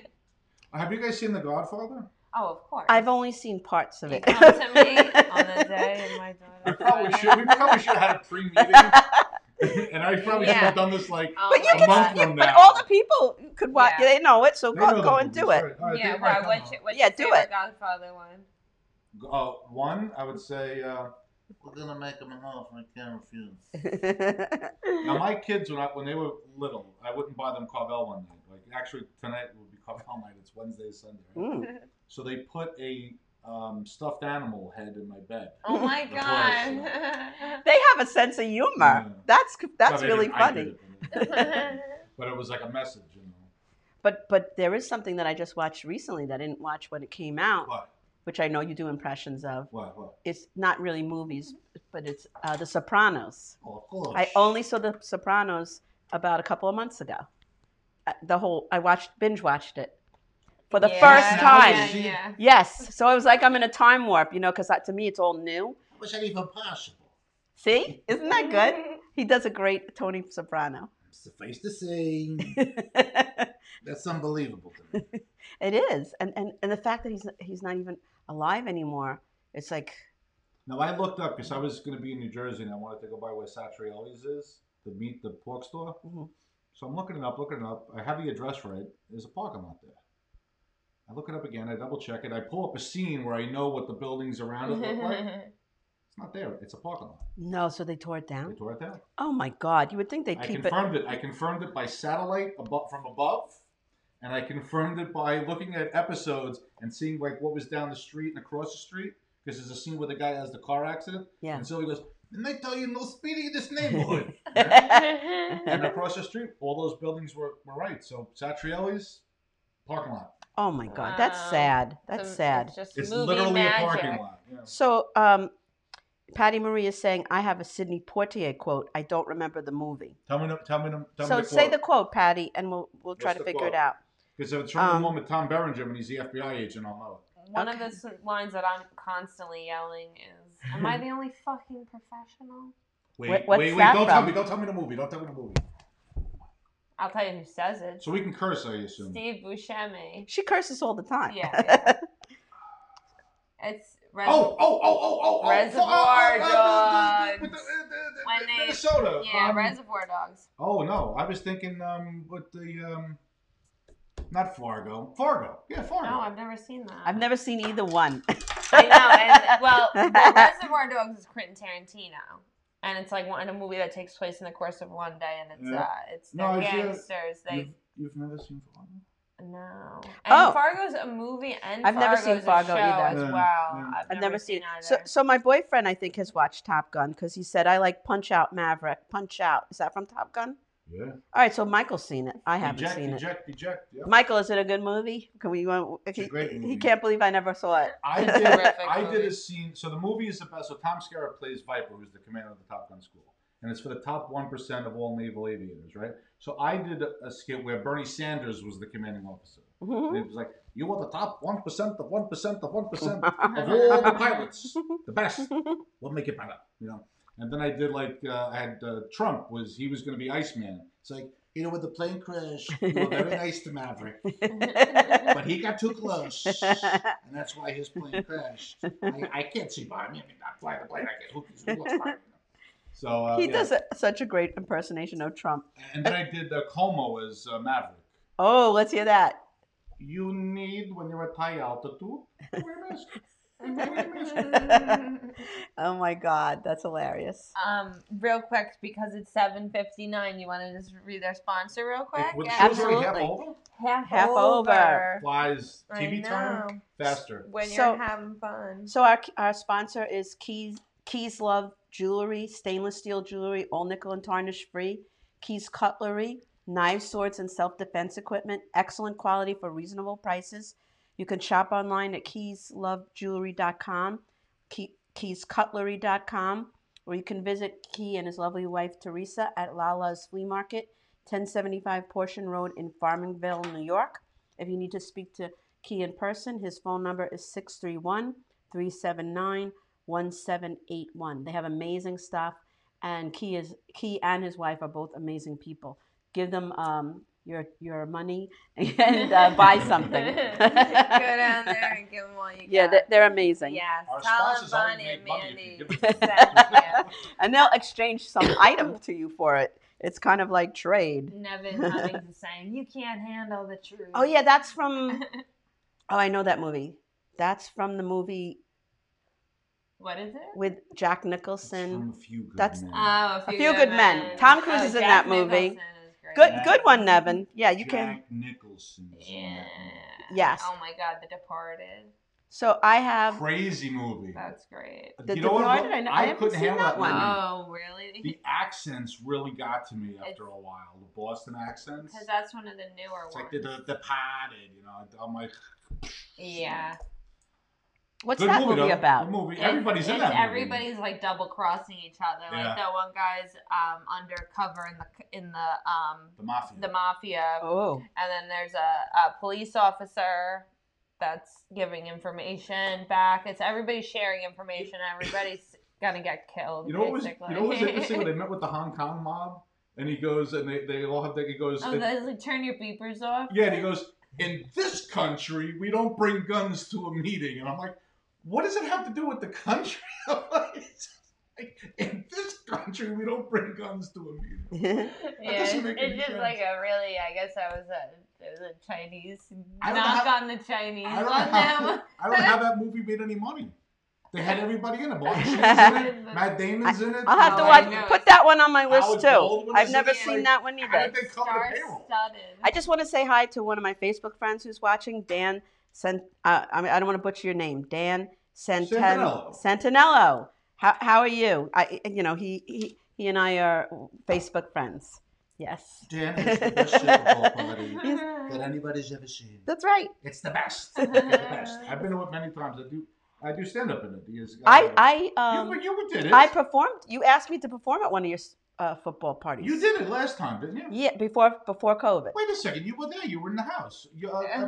D: Have you guys seen The Godfather?
B: Oh, of course.
C: I've only seen parts of
B: You
C: it.
B: come to me on the day of my
D: We
B: daughter's
D: probably
B: wedding.
D: should. We probably should have had a pre-meeting, and I probably should
B: Yeah.
D: have done this like.
B: Oh,
C: But you
D: A
C: can,
D: month
C: yeah,
D: from
C: but
D: now.
C: all the people could watch.
B: Yeah.
C: They know it, so
D: they
C: go,
D: know
C: go
D: the
C: and
D: movies,
C: do it.
D: right. All right,
B: yeah,
D: they- all right,
B: why?
D: come
B: What's
D: on.
B: your, what's
C: Yeah,
B: your
C: do
B: favorite
C: it.
B: Godfather one?
D: Uh, one, I would say, uh, we're gonna make him an offer. I can't refuse. Now, my kids, when I, when they were little, I wouldn't buy them Carvel one night. Like actually, tonight would be Carvel night. It's Wednesday, Sunday. right?
C: Mm.
D: So they put a um, stuffed animal head in my bed.
B: Oh my
D: Of
B: god.
C: They have a sense of humor.
D: Yeah.
C: That's that's
D: No, they
C: really
D: didn't. I
C: funny.
D: did it, but it- but it was like a message, you know.
C: But but there is something that I just watched recently that I didn't watch when it came out,
D: What?
C: which I know you do impressions of.
D: What? What?
C: It's not really movies, but it's uh, The Sopranos.
D: Oh, of course.
C: I only saw The Sopranos about a couple of months ago. Uh, The whole I watched binge watched it for the
B: Yeah,
C: first
D: Oh,
C: time.
B: Yeah,
D: She-
B: yeah.
C: Yes, so it was like I'm in a time warp, you know, because to me it's all new.
D: was that even possible?
C: See, isn't that good? He does a great Tony Soprano.
D: Suffice to say,
C: it
D: that's unbelievable to me.
C: is, and, and and the fact that he's he's not even alive anymore, it's like
D: Now I looked up because I was going to be in New Jersey and I wanted to go by where Satrielli's is to meet the pork store.
C: Mhm.
D: So I'm looking it up, looking it up. I have the address right. There's a parking lot there. I look it up again. I double check it. I pull up a scene where I know what the buildings around it look like. It's not there. It's a parking lot.
C: no. So they tore it
D: They
C: down.
D: tore it down.
C: Oh my God! You would think they
D: I
C: keep it.
D: confirmed it. I confirmed it by satellite above, from above, and I confirmed it by looking at episodes and seeing like what was down the street and across the street. Because there's a scene where the guy has the car accident.
C: Yeah.
D: And Sylvia goes, Didn't I tell you no speeding in this neighborhood? and across the street, all those buildings were, were right. So Satrielli's parking lot.
C: Oh my God! That's
B: Wow.
C: sad. That's
B: Some-
C: sad.
B: It's just
D: It's
B: movie
D: literally
B: magic.
D: a parking lot. Yeah.
C: So, um, Patty Marie is saying, "I have a Sidney Poitier quote. I don't remember the movie.
D: Tell me, the- tell me, the- tell
C: so
D: me.
C: say the quote, Patty, and we'll we'll try
D: What's
C: to
D: the
C: figure it
D: quote?
C: out.
D: because if it's from
C: um,
D: the one with Tom Berenger when he's the FBI agent, I'll know it.
B: One
C: Okay.
B: of the s- lines that I'm constantly yelling is, "Am I the only fucking professional?"
D: Wait,
C: What- what's
D: wait, wait!
C: that
D: Don't tell
C: from?
D: me! Don't tell me the movie! Don't tell me the movie!
B: I'll tell you who says it.
D: So we can curse, I assume.
B: Steve Buscemi.
C: She curses all the time.
B: Yeah. It's Res-
D: Oh, oh, oh, oh, oh, oh!
B: Reservoir
D: oh, oh, oh, oh,
B: Dogs.
D: oh, oh, oh,
B: When they-
D: Minnesota.
B: yeah,
D: um,
B: Reservoir Dogs.
D: Oh no, I was thinking um with the um not Fargo. Fargo. Yeah, Fargo.
B: No, I've never seen that.
C: I've never seen either one.
B: I know, and well, the Reservoir Dogs is Quentin Tarantino, and it's like one a movie that takes place in the course of one day, and it's
D: Yeah.
B: uh, it's
D: No,
B: they're
D: it's, uh,
B: gangsters.
D: You've,
B: They
D: you've never seen Fargo?
B: no. And
C: Oh.
B: Fargo's a movie, and
C: I've never seen
B: Fargo's
C: Fargo
B: a show
C: either.
B: as
D: Yeah,
B: well.
D: yeah.
B: I've,
C: I've never seen
B: either.
C: it. So, so my boyfriend, I think, has watched Top Gun because he said, "I like Punch Out Maverick." Punch Out is that from Top Gun?
D: Yeah.
C: All right, so Michael's seen it. I haven't
D: eject,
C: seen it.
D: eject, eject. Yep.
C: Michael, is it a good movie? Can we? want- If
D: a
C: he,
D: great
C: he
D: movie.
C: can't believe I never saw it.
D: I
B: It's a
D: did.
B: terrific
D: I did
B: movie.
D: a scene. So the movie is about. So Tom Skerritt plays Viper, who's the commander of the Top Gun school, and it's for the top one percent of all naval aviators, right? So I did a, a skit where Bernie Sanders was the commanding officer. And it was like, "You are the top one percent of one percent of one percent of all the pilots, the best. We'll make it better, you know." And then I did like uh, I had uh, Trump was he was going to be Iceman. It's like you know when the plane crashed, you were very nice to Maverick but he got too close, and that's why his plane crashed. I, I can't see behind me. I mean, I fly the plane. I get who, who looks behind me? So uh,
C: he
D: yeah.
C: does a, such a great impersonation of Trump.
D: And then I did uh, Como as uh, Maverick.
C: Oh, let's hear that.
D: You need when you're at high altitude. Wear a mask.
C: oh my God, that's hilarious.
B: um, real quick because it's seven fifty nine. You want to just read their sponsor real quick?
D: With
B: Yeah.
D: shoes already half
C: Absolutely.
D: over,
B: half,
C: Half over.
D: flies
B: I
D: TV time faster.
B: When
C: So-
B: you're having fun.
C: So our our sponsor is Keys Keys Love Jewelry, stainless steel jewelry, all nickel and tarnish free. Keys Cutlery, knives, swords, and self defense equipment, excellent quality for reasonable prices. You can shop online at keyslovejewelry.com, key, keyscutlery.com, or you can visit Key and his lovely wife Teresa at Lala's Flea Market, 1075 Portion Road in Farmingville, New York. If you need to speak to Key in person, his phone number is 631 379 1781. They have amazing stuff, and Key is Key and his wife are both amazing people. Give them um, your your money and uh, buy something.
B: Go down there and give them all you
C: yeah,
B: got.
C: they're, they're amazing.
B: Yes,
D: Our
B: tell them
D: spouses only
B: Bonnie and
D: make money if
B: Mandy.
D: you give
B: sent
D: them-
B: you.
C: And they'll exchange some item to you for it. It's kind of like trade.
B: Nevin Hummings is saying, "You can't handle the truth."
C: Oh yeah, that's from. Oh, I know that movie. That's from the movie
B: What is it?
C: with Jack
D: It's
C: Nicholson.
D: from a few good
C: That's- uh,
D: men.
B: Oh, a
C: Few Good Men. Tom Cruise is in
B: Oh, Jack
C: that movie.
B: Nicholson is great.
C: Good,
D: Jack
C: good one, Nevin. Yeah, you can.
D: Jack Nicholson. is in
B: Yeah.
D: that
C: Yes.
B: Oh my God, The Departed.
C: So I
D: movie.
C: have.
D: Crazy movie.
B: That's great.
C: Um, uh, The
D: you know what?
C: Departed, I know- I
D: I,
C: haven't
D: couldn't
C: seen
D: handle
C: that
D: that
C: one.
D: movie.
B: Oh really?
D: The accents really got to me after
B: It's-
D: a while. The Boston accents.
B: Because that's one of the newer ones.
D: It's like the, the, the potted, you know. I'm like,
B: yeah.
C: What's
D: good
C: that
D: movie,
C: movie,
D: though.
C: about?
D: Good movie. Everybody's
B: it's,
D: in that
B: it's
D: movie.
B: Everybody's like double crossing each other.
D: Yeah.
B: Like that one guy's um, undercover in the in the um,
D: The Mafia.
B: the mafia,
C: Oh,
B: and then there's a, a police officer that's giving information back. It's everybody's sharing information. Everybody's gonna get killed.
D: you know what was
B: basically.
D: you know what was interesting when they met with the Hong Kong mob, and he goes and they, they all have they, he goes
B: Oh,
D: and-
B: that's like turn your beepers off.
D: yeah, and he goes in this country we don't bring guns to a meeting, and I'm like, what does it have to do with the country? It's like, in this country we don't bring guns to a meeting.
B: Yeah, it's,
D: doesn't make
B: it's
D: any
B: just
D: sense.
B: like a really. I guess I was a it was a Chinese
D: I don't know
B: knock
D: how-
B: on the Chinese
D: I
B: on
D: don't, know how,
B: them.
D: I don't know how that movie made any money. They had everybody in it. Martin Sheen's in it. Matt Damon's in it. Uh,
C: I'll have to
B: Oh, I
C: watch.
B: know.
C: Put that one on my
D: Howard
C: list too.
D: Baldwin
C: I've
D: is
C: never
D: in it,
C: seen
D: like,
C: that one
D: How
C: either.
D: did they cover the payroll?
B: Star-studded.
C: I just want to say hi to one of my Facebook friends who's watching, Dan Cent. Uh, I mean, I don't want to butcher your name, Dan Centen-
D: Centinello.
C: Centinello. How how are you? I you know he he, he and I are Facebook friends. Yes,
D: Dan is the best Super Bowl party that anybody's ever seen.
C: that's right.
D: It's the best. It's the best. I've been to it many times. I do. I do stand up in it. Yes,
C: I I
D: You-
C: um
D: but you did it.
C: I performed. You asked me to perform at one of your uh, football parties.
D: you did it last time, didn't you?
C: Yeah, before before COVID.
D: Wait a second. You were there. You were in the house. You, uh, uh,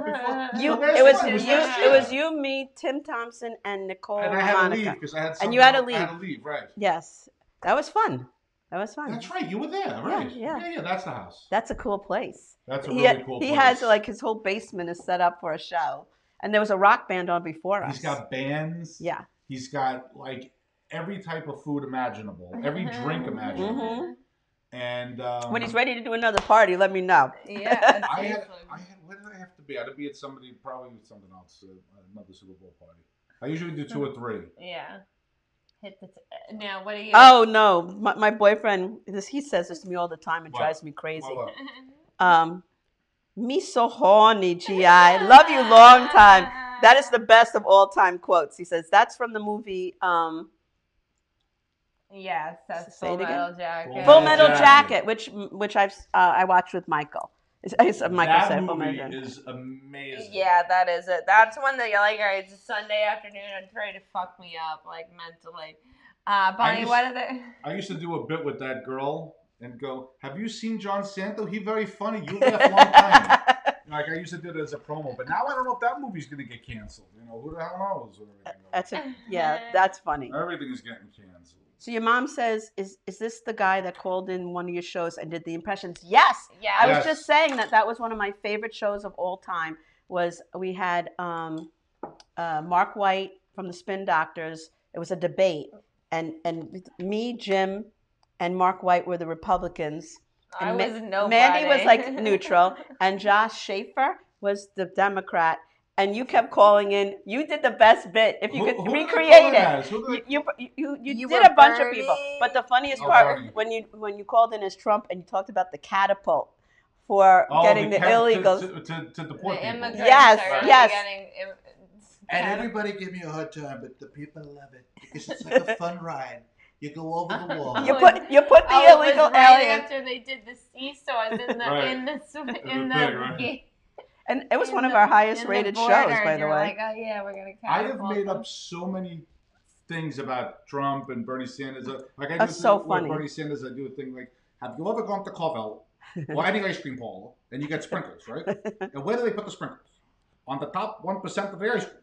D: before,
C: You
D: the last
C: it was,
D: one
C: you
D: last
C: it
D: year.
C: was you, me, Tim Thompson, and Nicole
D: And I had to
C: Monica.
D: leave because I had.
C: And you had to
D: something else- I
C: leave.
D: Right.
C: Yes, that was fun. That was fun.
D: That's right. You were there. Right.
C: yeah.
D: Yeah. That's the house.
C: That's a cool place.
D: That's a
C: he
D: really cool.
C: he
D: place.
C: has like his whole basement is set up for a show, and there was a rock band on before us.
D: He's got bands.
C: yeah,
D: He's got like every type of food imaginable, every drink imaginable,
C: Mhm.
D: and um,
C: when he's ready to do another party, let me know.
B: Yeah,
D: I had,
B: seriously.
D: I had, where did I have to be? I had to be at somebody, probably with something else, uh, another Super Bowl party. I usually do two or three.
B: yeah. Hit the t- uh, now. What are you?
C: Oh no, my, my boyfriend this he says this to me all the time and
D: What?
C: drives me crazy.
D: Well, uh,
C: Um, me so horny, GI. Love you long time. That is the best of all time quotes. He says that's from the movie um,
B: Yes, that's
C: Say it
B: Full
C: again.
B: Metal Jacket.
C: Full
D: Full
C: Metal
D: Jacket.
C: Jacket, which which I've uh, I watched with Michael. It's, it's, uh, Michael
D: that
C: said Full
D: movie
C: Metal. Jacket.
D: is amazing.
B: Yeah, that is it. That's one that you're like, all right, it's a Sunday afternoon. I'm trying to fuck me up, like mentally. Uh, Bonnie,
D: just-
B: what are they?
D: I used to do a bit with that girl and go, "Have you seen John Santo? He very funny. You laugh long time." like I used to do it as a promo, but now I don't know if that movie's gonna get canceled. You know, who the hell knows? where everything goes.
C: Uh, that's a, yeah, that's funny.
D: Everything is getting canceled.
C: So your mom says, "Is is this the guy that called in one of your shows and did the impressions?" Yes,
B: Yeah,
C: I was
D: Yes.
C: just saying that that was one of my favorite shows of all time. Was we had um, uh, Mark White from the Spin Doctors. It was a debate, and and me, Jim, and Mark White were the Republicans,
B: I
C: and Ma-
B: was nobody.
C: Mandy was like neutral, and Josh Schaefer was the Democrat. And you kept calling in. You did the best bit. If you
D: Who-
C: could
D: who did they call
C: recreate it,
D: it as? Who
C: you
D: did
C: you you, you,
B: You
C: did
B: were
C: a bunch of people,
B: Bernie.
C: but the funniest
D: Oh,
C: part
D: Bernie.
C: when you when you called in as Trump and you talked about the catapult for getting the,
D: ca- to-
C: illegals.
D: Oh, to, to, to the poor
B: The
D: people.
B: immigrants
C: Yes,
B: are really
C: yes.
B: getting. im-
E: And
B: Yeah.
E: everybody give me a hard time, but the people love it because it's like a fun ride. You go over the wall.
C: you put you put the
B: Oh, it was
C: illegal
B: right
C: aliens,
B: after they did the seesaws in the
D: Right.
B: in the sw- in
D: the
B: the
D: thing, right?
B: gate.
C: and it was
B: in
C: one of
B: the-
C: our highest
B: in the
C: rated shows,
B: border, and
C: by the
B: you're
C: way.
B: Like, oh yeah, we're gonna.
D: I have
B: catapult
D: made
B: them."
D: up so many things about Trump and Bernie Sanders. Uh, Like I do
C: That's
D: a thing
C: so
D: with
C: funny.
D: Bernie Sanders, I do a thing like, "Have you ever gone to Carvel or any ice cream parlor and you get sprinkles, right? and where do they put the sprinkles? On the top one percent of the ice cream.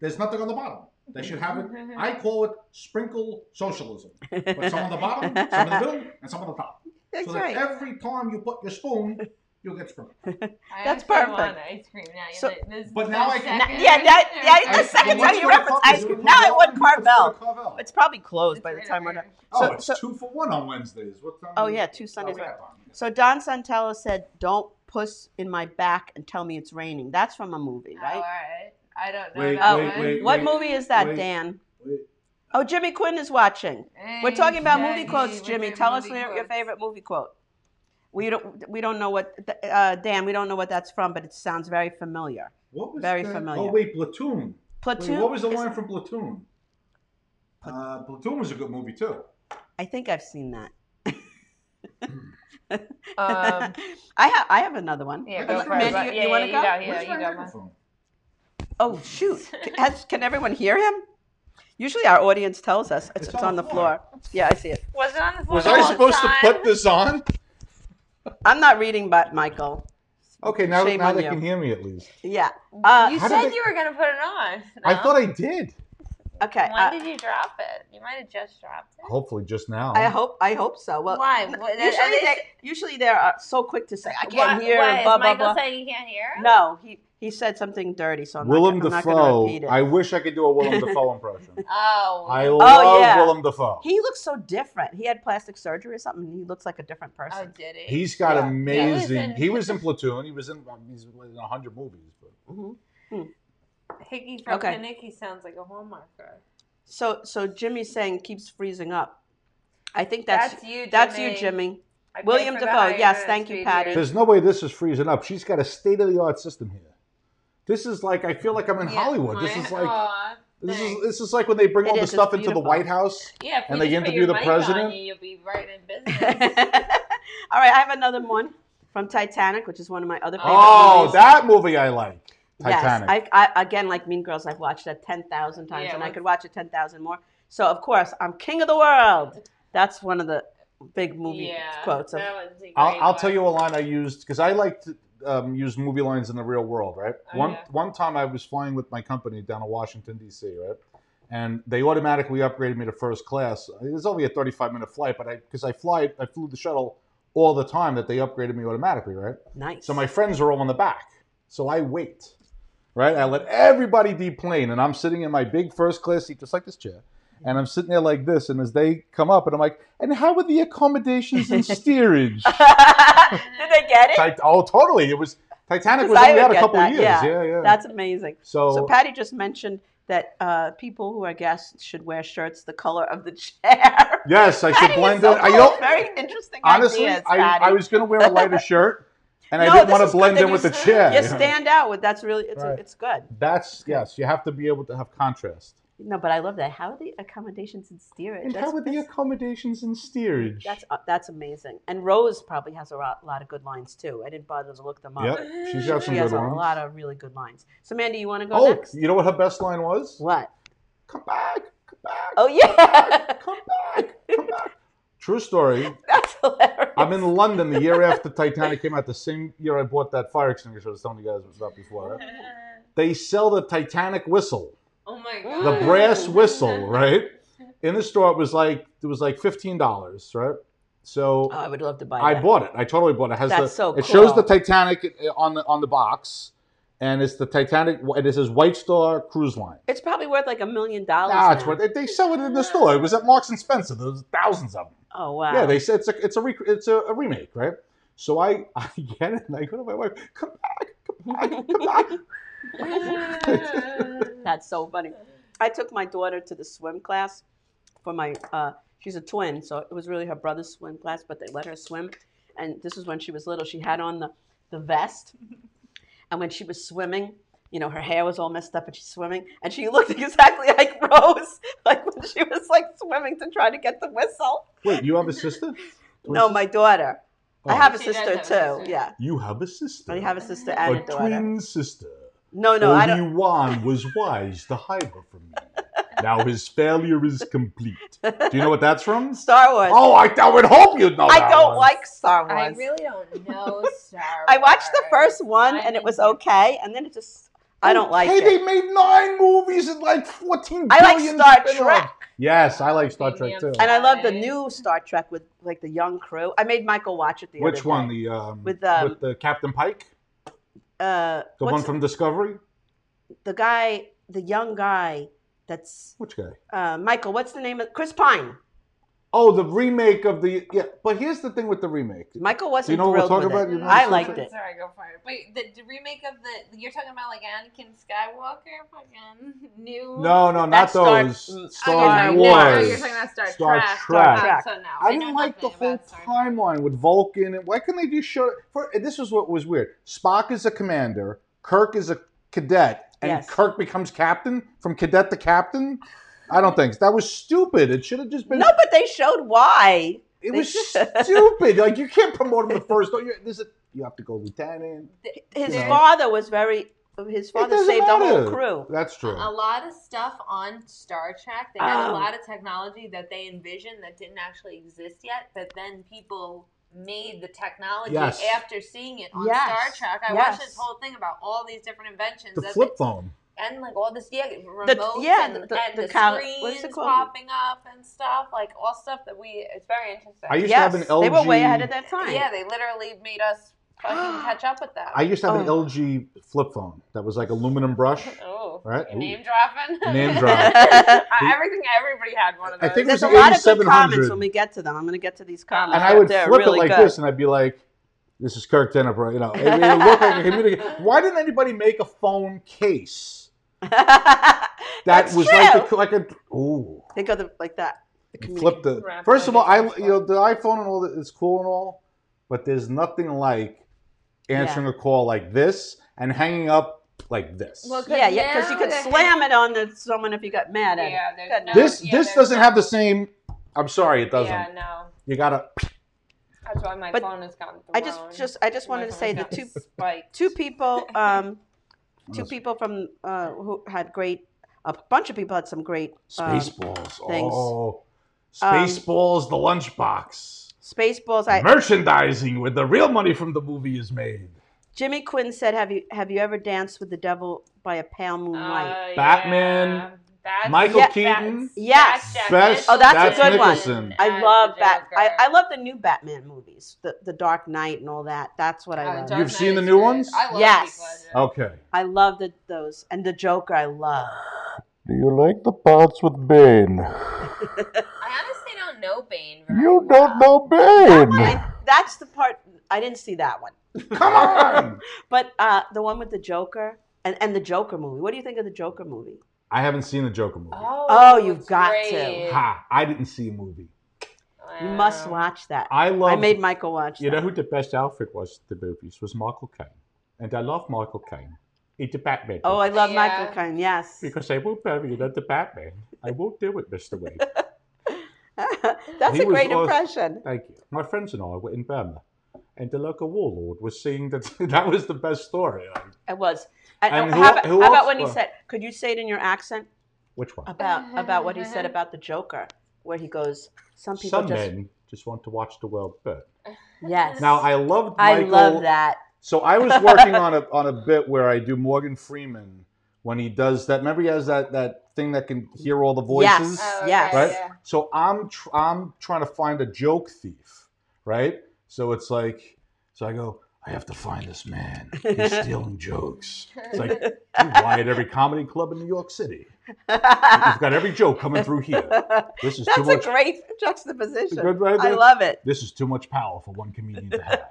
D: There's nothing on the bottom. They should have it. I call it sprinkle socialism. But some on the bottom, some in the middle, and some on the top.
C: That's
D: so that
C: right.
D: every time you put your spoon, You'll get screwed.
F: I
C: That's
F: actually
C: perfect.
F: want ice cream now. You're
C: So-
F: like, this is
D: But
F: the
D: now I can-
F: second-
C: yeah, that, yeah,
F: I-
C: the second
F: well,
C: time you reference ice cream. Now I want Carvel. It's probably closed by the
F: right
C: time we're
F: over
C: done.
F: here.
D: Oh,
C: So,
D: it's
C: so,
D: two for one on Wednesdays. What time
C: Oh,
D: is it?
C: yeah, two Sundays,
D: Oh, we
C: right.
D: have one.
C: so Don Santello said, "Don't puss in my back and tell me it's raining." That's from a movie,
F: Oh, all
C: right?
F: right. I don't know
D: Wait,
F: that
B: Oh,
D: wait,
F: one.
D: wait,
C: What
D: wait,
C: movie is that,
D: wait,
C: Dan?
D: wait.
C: Oh, Jimmy Quinn is watching. We're
F: Hey,
C: talking about movie
F: Jackie,
C: quotes,
F: what's
C: Jimmy.
F: your
C: Tell us
F: movie
C: your, your
F: quotes?
C: favorite movie quote. We don't we don't know what uh, Dan. We don't know what that's from, but it sounds very familiar.
D: What was
C: Very
D: that?
C: familiar.
D: Oh wait, Platoon.
C: Platoon.
D: Wait, what was the
C: is-
D: line from Platoon? Uh, Platoon was a good movie too.
C: I think I've seen that.
F: Um,
C: I have I have another one.
F: yeah,
D: Which
F: go
D: one?
F: for it.
D: Mandy,
F: but-
C: you-
F: yeah,
C: you wanna
F: yeah,
C: go?
F: You got,
D: Where's
F: yeah,
D: my
F: you got one.
D: microphone?
C: Oh shoot! Has, can everyone hear him? Usually our audience tells us it's, it's on the floor. Yeah, I see it.
B: Was it on the floor?
G: Was
B: the
G: I
B: whole
G: supposed to
B: time?
G: put this on?
C: I'm not reading, but Michael.
D: Okay, now,
C: Shame
D: now
C: on
D: they
C: you.
D: can hear me at least.
C: Yeah. Uh,
B: You
D: How did
B: said
D: they-
B: you were gonna put it on.
D: I
B: No?
D: thought I did.
C: okay.
B: When
C: uh,
B: did you drop it? You might have just dropped it.
D: Hopefully, just now.
C: I hope I hope so. Well,
B: Why?
C: n-
B: What-
C: usually
B: are they-
C: they usually they are so quick to say I can't
B: Why-
C: hear.
B: why,
C: blah
B: is
C: blah
B: Michael
C: blah.
B: saying you can't hear? him?
C: No, he he said something dirty, so I'm
D: Willem
C: not, gonna- I'm not going to
D: Dafoe.
C: repeat it.
D: I wish I could do a Willem Dafoe impression.
B: Oh.
D: I love
C: yeah.
D: Willem Dafoe.
C: He looks so different. He had plastic surgery or something. and He looks like a different
F: Oh,
C: person.
F: did he?
D: He's got
C: Yeah.
D: amazing.
B: He was in-
D: He was in Platoon. He was in. He's in a hundred movies. But
C: Mhm.
B: Hickey from
C: Okay.
B: Panicky sounds like a Hallmark card.
C: So so Jimmy's saying keeps freezing up. I think that's
B: That's, you.
C: that's
B: Jimmy.
C: you, Jimmy.
B: I paid
C: William
B: for the
C: Dafoe.
B: higher
C: Yes,
B: ed
C: thank you,
B: speed
C: Patty.
B: years.
D: there's no way this is freezing up. She's got a state of the art system here. This is like I feel like I'm in
B: Yeah,
D: Hollywood. This
B: mine-
D: is like
B: Aw,
D: this is
B: thanks.
D: this is like when they bring
C: It
D: all the
C: is, it's
D: stuff into the
C: beautiful.
D: White House.
B: Yeah, if
D: and
B: you
D: they
B: just put
D: interview
B: your
D: the
B: mic
D: president?
B: On you, you'll be right in
C: All
B: business.
C: right, I have another one from Titanic, which is one of my other favorite
D: Oh,
C: movies.
D: that movie I like. Titanic.
C: Yes, I, I again like Mean Girls. I've watched that ten thousand times,
B: Yeah,
C: and I
B: what's-
C: could watch it ten thousand more. So of course, I'm king of the world. That's one of the big movie
B: yeah,
C: quotes. Of,
B: that was a
D: I'll,
B: great
D: I'll tell
B: one.
D: you a line I used because I like to um, use movie lines in the real world, right?
B: Oh,
D: One
B: yeah.
D: one time I was flying with my company down to Washington D.C., right, and they automatically upgraded me to first class. It was only a thirty-five minute flight, but I because I fly I flew the shuttle all the time that they upgraded me automatically, right?
C: nice.
D: So my friends are all in the back, so I wait, right? I let everybody deplane, and I'm sitting in my big first class seat, just like this chair. And I'm sitting there like this, and as they come up, and I'm like, "And how are the accommodations and steerage?"
C: Did they get it?
D: Tit- oh, totally. It was Titanic
C: 'Cause
D: was
C: I
D: only
C: would
D: out a
C: get
D: couple
C: that,
D: of years.
C: yeah.
D: Yeah, yeah.
C: That's amazing.
D: so,
C: So Patty just mentioned that uh, people who are guests should wear shirts the color of the chair.
D: yes, I should
C: Patty
D: blend
C: is so
D: in. I
C: cool.
D: don't,
C: Very interesting
D: honestly,
C: ideas,
D: I,
C: Patty.
D: I was going to wear a lighter shirt, and I
C: No,
D: didn't
C: this
D: want
C: is
D: to
C: good
D: blend
C: that
D: in
C: you
D: with the
C: s-
D: chair.
C: You stand out with that's really it's
D: Right.
C: it's good.
D: That's yes. You have to be able to have contrast.
C: No, but I love that. How are the accommodations in steerage?
D: And
C: That's-
D: how are the
C: that's-
D: accommodations and steerage?
C: That's uh, that's amazing. And Rose probably has a lot, lot of good lines too. I didn't bother to look them up.
D: yep. She's got some
C: She has
D: good
C: a
D: ones.
C: lot of really good lines. So Mandy, you want to go
D: oh,
C: next?
D: you know what her best line was?
C: What?
D: Come back, come back,
C: Oh yeah,
D: come back, come back. True story.
C: that's hilarious.
D: I'm in London the year after Titanic came out, the same year I bought that fire extinguisher I was telling you guys about before. right? They sell the Titanic whistle,
B: Oh my god.
D: the brass whistle, right? In the store, it was like it was like fifteen dollars, right? So
C: Oh, I would love to buy
D: I
C: that.
D: bought it. I totally bought it. it has
C: That's
D: the,
C: so
D: It shows
C: cool.
D: the Titanic uh, on the on the box, and it's the Titanic. And it says White Star Cruise Line.
C: It's probably worth like a million dollars.
D: Ah, it's
C: now.
D: what they, they sell it in the store. It was at Marks and Spencer. There was thousands of them.
C: Oh wow.
D: Yeah, they said it's a it's a rec it's a, a remake, right? So I I get it and I go to my wife, come back, come back, come back.
C: That's so funny. I took my daughter to the swim class for my. Uh, she's a twin, so it was really her brother's swim class, but they let her swim. And this is when she was little. She had on the the vest, and when she was swimming, you know, her hair was all messed up, and she's swimming, and she looked exactly like Rose, like when she was like swimming to try to get the whistle.
D: Wait, you have a sister?
C: No, my daughter. I
D: Oh.
C: have a
F: She does
C: sister
F: have a
C: too.
F: sister.
C: Yeah,
D: You have a sister.
C: I have a sister
D: a
C: and a daughter.
D: twin sister.
C: No, no,
D: No,
C: I don't.
D: Obi Wan was wise to hide her from me. Now his failure is complete. Do you know what that's from?
C: Star Wars.
D: Oh, I, I would hope you'd know.
C: I
D: that
C: don't
D: one.
C: like Star Wars.
B: I really don't know Star
C: I watched the
B: Wars.
C: first one
B: I
C: and it was
B: didn't-
C: okay, and then it just I don't like
H: hey,
C: it.
H: they Oh, made nine movies and like fourteen
C: I like
H: billion
C: Star
H: spin-offs.
C: Trek.
D: Yes, I like Star Trek too.
C: And I love the
B: Right.
C: new Star Trek with like the young crew. I made Michael watch it the other
D: Which
C: day.
D: one? The um,
C: With, um,
D: with the Captain Pike,
C: Uh,
D: the
C: what's
D: one from Discovery.
C: the guy, the young guy. That's
D: Which guy?
C: uh, Michael. What's the name of Chris Pine?
D: Oh, the remake of the yeah. But here's the thing with the remake.
C: Michael wasn't
D: You know what we're
C: thrilled
D: talking
C: with
D: about?
C: it.
D: You know what
C: I
D: I'm
C: liked
D: saying?
C: it.
B: Sorry, go for it. Wait, the, the remake of the you're talking about like Anakin Skywalker, fucking new.
D: No, no, not
C: That's Star-
D: those.
C: mm,
D: Star
B: no,
C: okay,
D: Wars.
B: No, you're talking about Star,
D: Star
B: Trek.
D: Trek.
B: Trek. so no,
D: I
B: know
D: didn't like the
B: nothing
D: whole
B: about Star Trek.
D: timeline with Vulcan. and Why couldn't they just show? For, and this is what was weird. Spock is a commander. Kirk is a cadet, and
C: Yes.
D: Kirk becomes captain from cadet to captain. I don't think that was stupid. It should have just been.
C: No, but they showed why.
D: it
C: they
D: was
C: should-
D: stupid. Like you can't promote him to first. Don't you? There's a, you have to go lieutenant.
C: His
D: Yeah.
C: father was very. His father
D: doesn't
C: saved the whole
D: matter.
C: crew.
D: That's true.
B: A lot of stuff on Star Trek. They had
C: Um.
B: a lot of technology that they envisioned that didn't actually exist yet, but then people made the technology
D: Yes.
B: after seeing it on
C: Yes.
B: Star Trek. I watched
C: Yes.
B: this whole thing about all these different inventions.
D: The
B: that
D: flip phone.
B: and like all this yeah remotes
C: yeah,
B: and,
C: the- the-
B: and
C: the
B: the,
C: cal- what is it
B: screens
C: called?
B: popping up and stuff like all stuff that we it's very interesting
D: I used
C: yes,
D: to have an LG.
C: they were way ahead of their time.
B: yeah they literally made us fucking catch up with that
D: I used to have an
C: Oh.
D: LG flip phone that was like aluminum brush.
B: oh
D: Right?
B: you name dropping
D: Name dropping.
B: Uh, everything everybody had one of
D: I
B: those
D: think it was
C: There's a
D: the
C: lot of good comments
D: 8700.
C: when we get to them. I'm going to get to these comments.
D: and I would
C: Uh, They're
D: flip
C: really
D: it like
C: good.
D: this, and I'd be like, "This is Kirk Jennifer." You know, it, it looked like a communication. Why didn't anybody make a phone case
C: that
D: that
C: That's
D: was
C: true.
D: like a, like a ooh
C: Think of the like that. The
D: and flip the?
B: Wrap
D: First of all, I
B: it.
D: you know the iPhone and all that is cool and all, but there's nothing like answering a call like this and hanging up like this.
B: Well,
C: Yeah, yeah, because you
B: now
C: could
B: they-
C: slam it on the, someone if you got mad at
B: yeah,
C: it.
B: there's
C: Good.
B: no-
D: this
B: yeah,
D: this
B: there's
D: doesn't
B: no-
D: have the same. I'm sorry, it doesn't.
B: yeah no
D: You
C: Um,
D: gotta.
B: that's why my
C: But
B: phone has gone
C: I just,
B: thrown.
C: just, I just
B: My
C: wanted to
B: phone
C: say the
B: got
C: two,
B: spiked.
C: two people, um, two
D: That's-
C: people from uh, who had great, a bunch of people had some great um,
D: Spaceballs.
C: things.
D: Oh,
C: Um,
D: Spaceballs, the lunchbox.
C: Spaceballs. I,
D: Merchandising where the real money from the movie is made.
C: Jimmy Quinn said, "Have you, have you ever danced with the devil by a pale moonlight?"
B: Uh,
D: Batman,
B: yeah. That's-
D: Michael
C: Yeah.
D: Keaton.
C: Yes.
B: Jack
D: Best-
B: Nicholson
C: Oh, that's a good one.
D: Nicholson.
C: I
B: as
C: love
B: the
C: Bat. I,
B: Joker.
C: I love the new Batman movies, the the Dark Knight and all that. That's what I
B: Uh,
C: love.
B: Dark
D: You've
B: Knight
D: seen the
B: is
D: new
B: good.
D: ones? Oh.
B: I love
C: Yes.
B: Heath Ledger.
D: Okay.
C: I love the, those and the Joker. I love.
I: Do you like the parts with Bane?
B: I honestly don't know Bane. Very
I: You
B: well.
I: don't know
C: That one,
I: Bane!
C: I, that's the part I didn't see that one.
D: Come on.
C: But uh, the one with the Joker and, and the Joker movie. What do you think of the Joker movie?
D: I haven't seen the Joker movie.
B: Oh,
C: Oh, you've got to.
D: Ha! I didn't see a movie.
C: You
B: Oh.
C: must watch that.
D: I love.
C: I made Michael watch.
D: You know
C: that.
D: who the best outfit was the movies was Michael Caine, and I love Michael Caine. He's the Batman.
C: Oh, I love
B: Yeah.
C: Michael Caine. Yes.
D: because I will bury you at the Batman. I will do it, Mister Wayne.
C: that's
D: He
C: a
D: was
C: great
D: awesome.
C: impression.
D: Thank you. My friends and I were in Burma, and the local warlord was seeing that that was the best story. Like,
C: It was. And,
D: And
C: oh,
D: who-
C: how about,
D: who
C: how about
D: else-
C: when he
D: well-
C: said, "Could you say it in your accent?"
D: which one?
C: about about what he said about the Joker, where he goes, "Some people
D: Some
C: just
D: men just want to watch the world burn.
C: yes."
D: Now I loved.
C: I
D: Michael,
C: love that.
D: So I was working on a on a bit where I do Morgan Freeman when he does that. Remember, he has that that thing that can hear all the voices,
C: Yes.
B: Oh,
C: yes.
D: right?
B: yeah.
D: So I'm tr- I'm trying to find a joke thief, right? So it's like, so I go, I have to find this man. He's stealing jokes. It's like you lie at every comedy club in New York City. You've got every joke coming through here.
C: That's
D: This is too
C: a
D: much.
C: great juxtaposition.
D: Good right
C: I
D: there?
C: love it.
D: this is too much power for one comedian to have.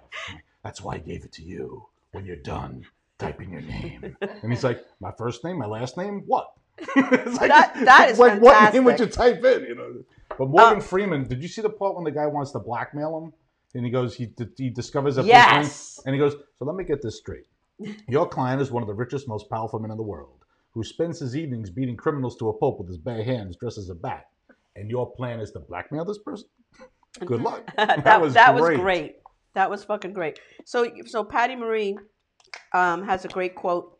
D: That's why I gave it to you. When you're done, type in your name. And he's like, my first name, my last name, what? it's like,
C: That- that is
D: like what name
C: fantastic. Um,
D: would you type in? You know. But Morgan Freeman, did you see the part when the guy wants to blackmail him? And he goes, he, d- he discovers a
C: Yes.
D: and he goes, so let me get this straight. Your client is one of the richest, most powerful men in the world, who spends his evenings beating criminals to a pulp with his bare hands, dressed as a bat. And your plan is to blackmail this person? Good luck.
C: that,
D: That was
C: that was
D: great.
C: great. That was fucking great. So so Patty Marie um, has a great quote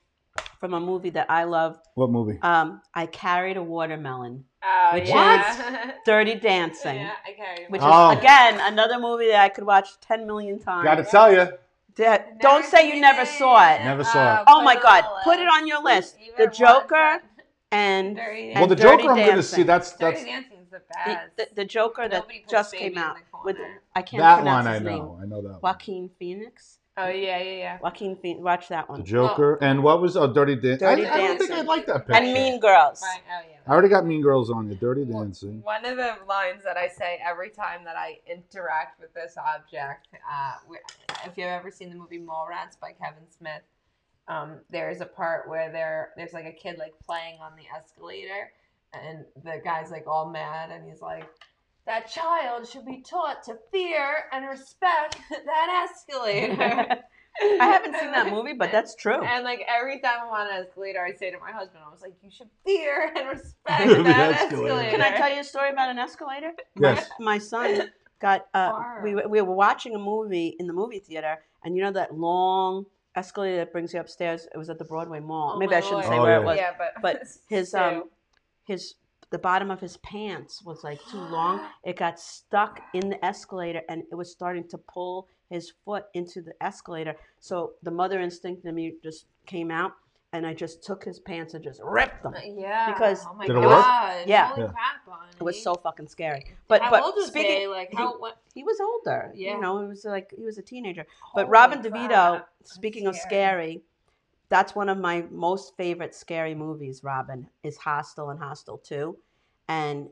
C: from a movie that I love.
D: What movie?
C: Um, I carried a watermelon.
B: Oh,
C: Which
B: yeah.
C: Dirty Dancing.
B: yeah, I can't remember.
C: Which is uh,
D: Oh.
C: again another movie that I could watch ten million times.
D: Got to tell you,
C: That- don't say you never saw it.
D: Never saw
B: Uh,
D: it.
C: Oh my God, put it on your list. The Joker and
B: Dirty
D: Well, the
C: Dirty
D: Joker, I'm going to
C: Dancing.
D: see. That's that's
B: Dirty Dancing's the
C: the,
B: best.
C: the, the Joker that
B: Nobody puts
C: just
B: baby
C: came
B: in
C: out
B: the
C: with
B: corner.
C: I can't
D: that
C: pronounce
D: one. I
C: his name.
D: know. I know that one.
C: Joaquin Phoenix.
B: oh yeah, yeah, yeah.
C: Joaquin Phoenix. Watch that
D: The
C: one.
D: Joker and what was oh Dirty Dancing? I,
C: Dirty
D: I don't think
C: Dancing.
D: I like that picture.
C: And Mean Girls.
B: Right. Oh yeah.
D: I already got Mean Girls on you. Dirty Dancing.
B: One of the lines that I say every time that I interact with this object, uh, wh- if you've ever seen the movie Mallrats by Kevin Smith, um, there's a part where there there's like a kid like playing on the escalator, and the guy's like all mad, and he's like, "That child should be taught to fear and respect that escalator."
C: I haven't seen that movie, but that's
D: Oh.
C: true.
B: And like every time I'm on an escalator, I say to my husband, I was like, "You should fear and respect
D: The
B: that
D: escalator.
B: escalator."
C: Can I tell you a story about an escalator?
D: Yes.
C: My son got. Uh,
B: Barb.
C: we were- we were watching a movie in the movie theater, and you know that long escalator that brings you upstairs. It was at the Broadway Mall.
B: Oh,
C: Maybe
B: my
C: I shouldn't
B: Lord.
C: say
D: Oh,
C: where
D: yeah.
C: it was.
B: Yeah, but
C: but his
B: Sue.
C: um his the bottom of his pants was like too long it got stuck in the escalator and it was starting to pull his foot into the escalator so the mother instinct in me just came out and i just took his pants and just ripped them
B: Uh, yeah,
C: because-
B: oh my
D: Did it
B: god,
D: work?
C: Yeah.
B: holy
D: Yeah.
B: crap, Bonnie.
C: it was so fucking scary but
B: how
C: but
B: old was
C: speaking
B: they? Like
C: he-
B: how what?
C: he was older
B: Yeah.
C: you know he was like he was a teenager but
B: Holy
C: robin devito
B: crap, that's
C: speaking of scary that's one of my most favorite scary movies robin is hostel and hostel 2 and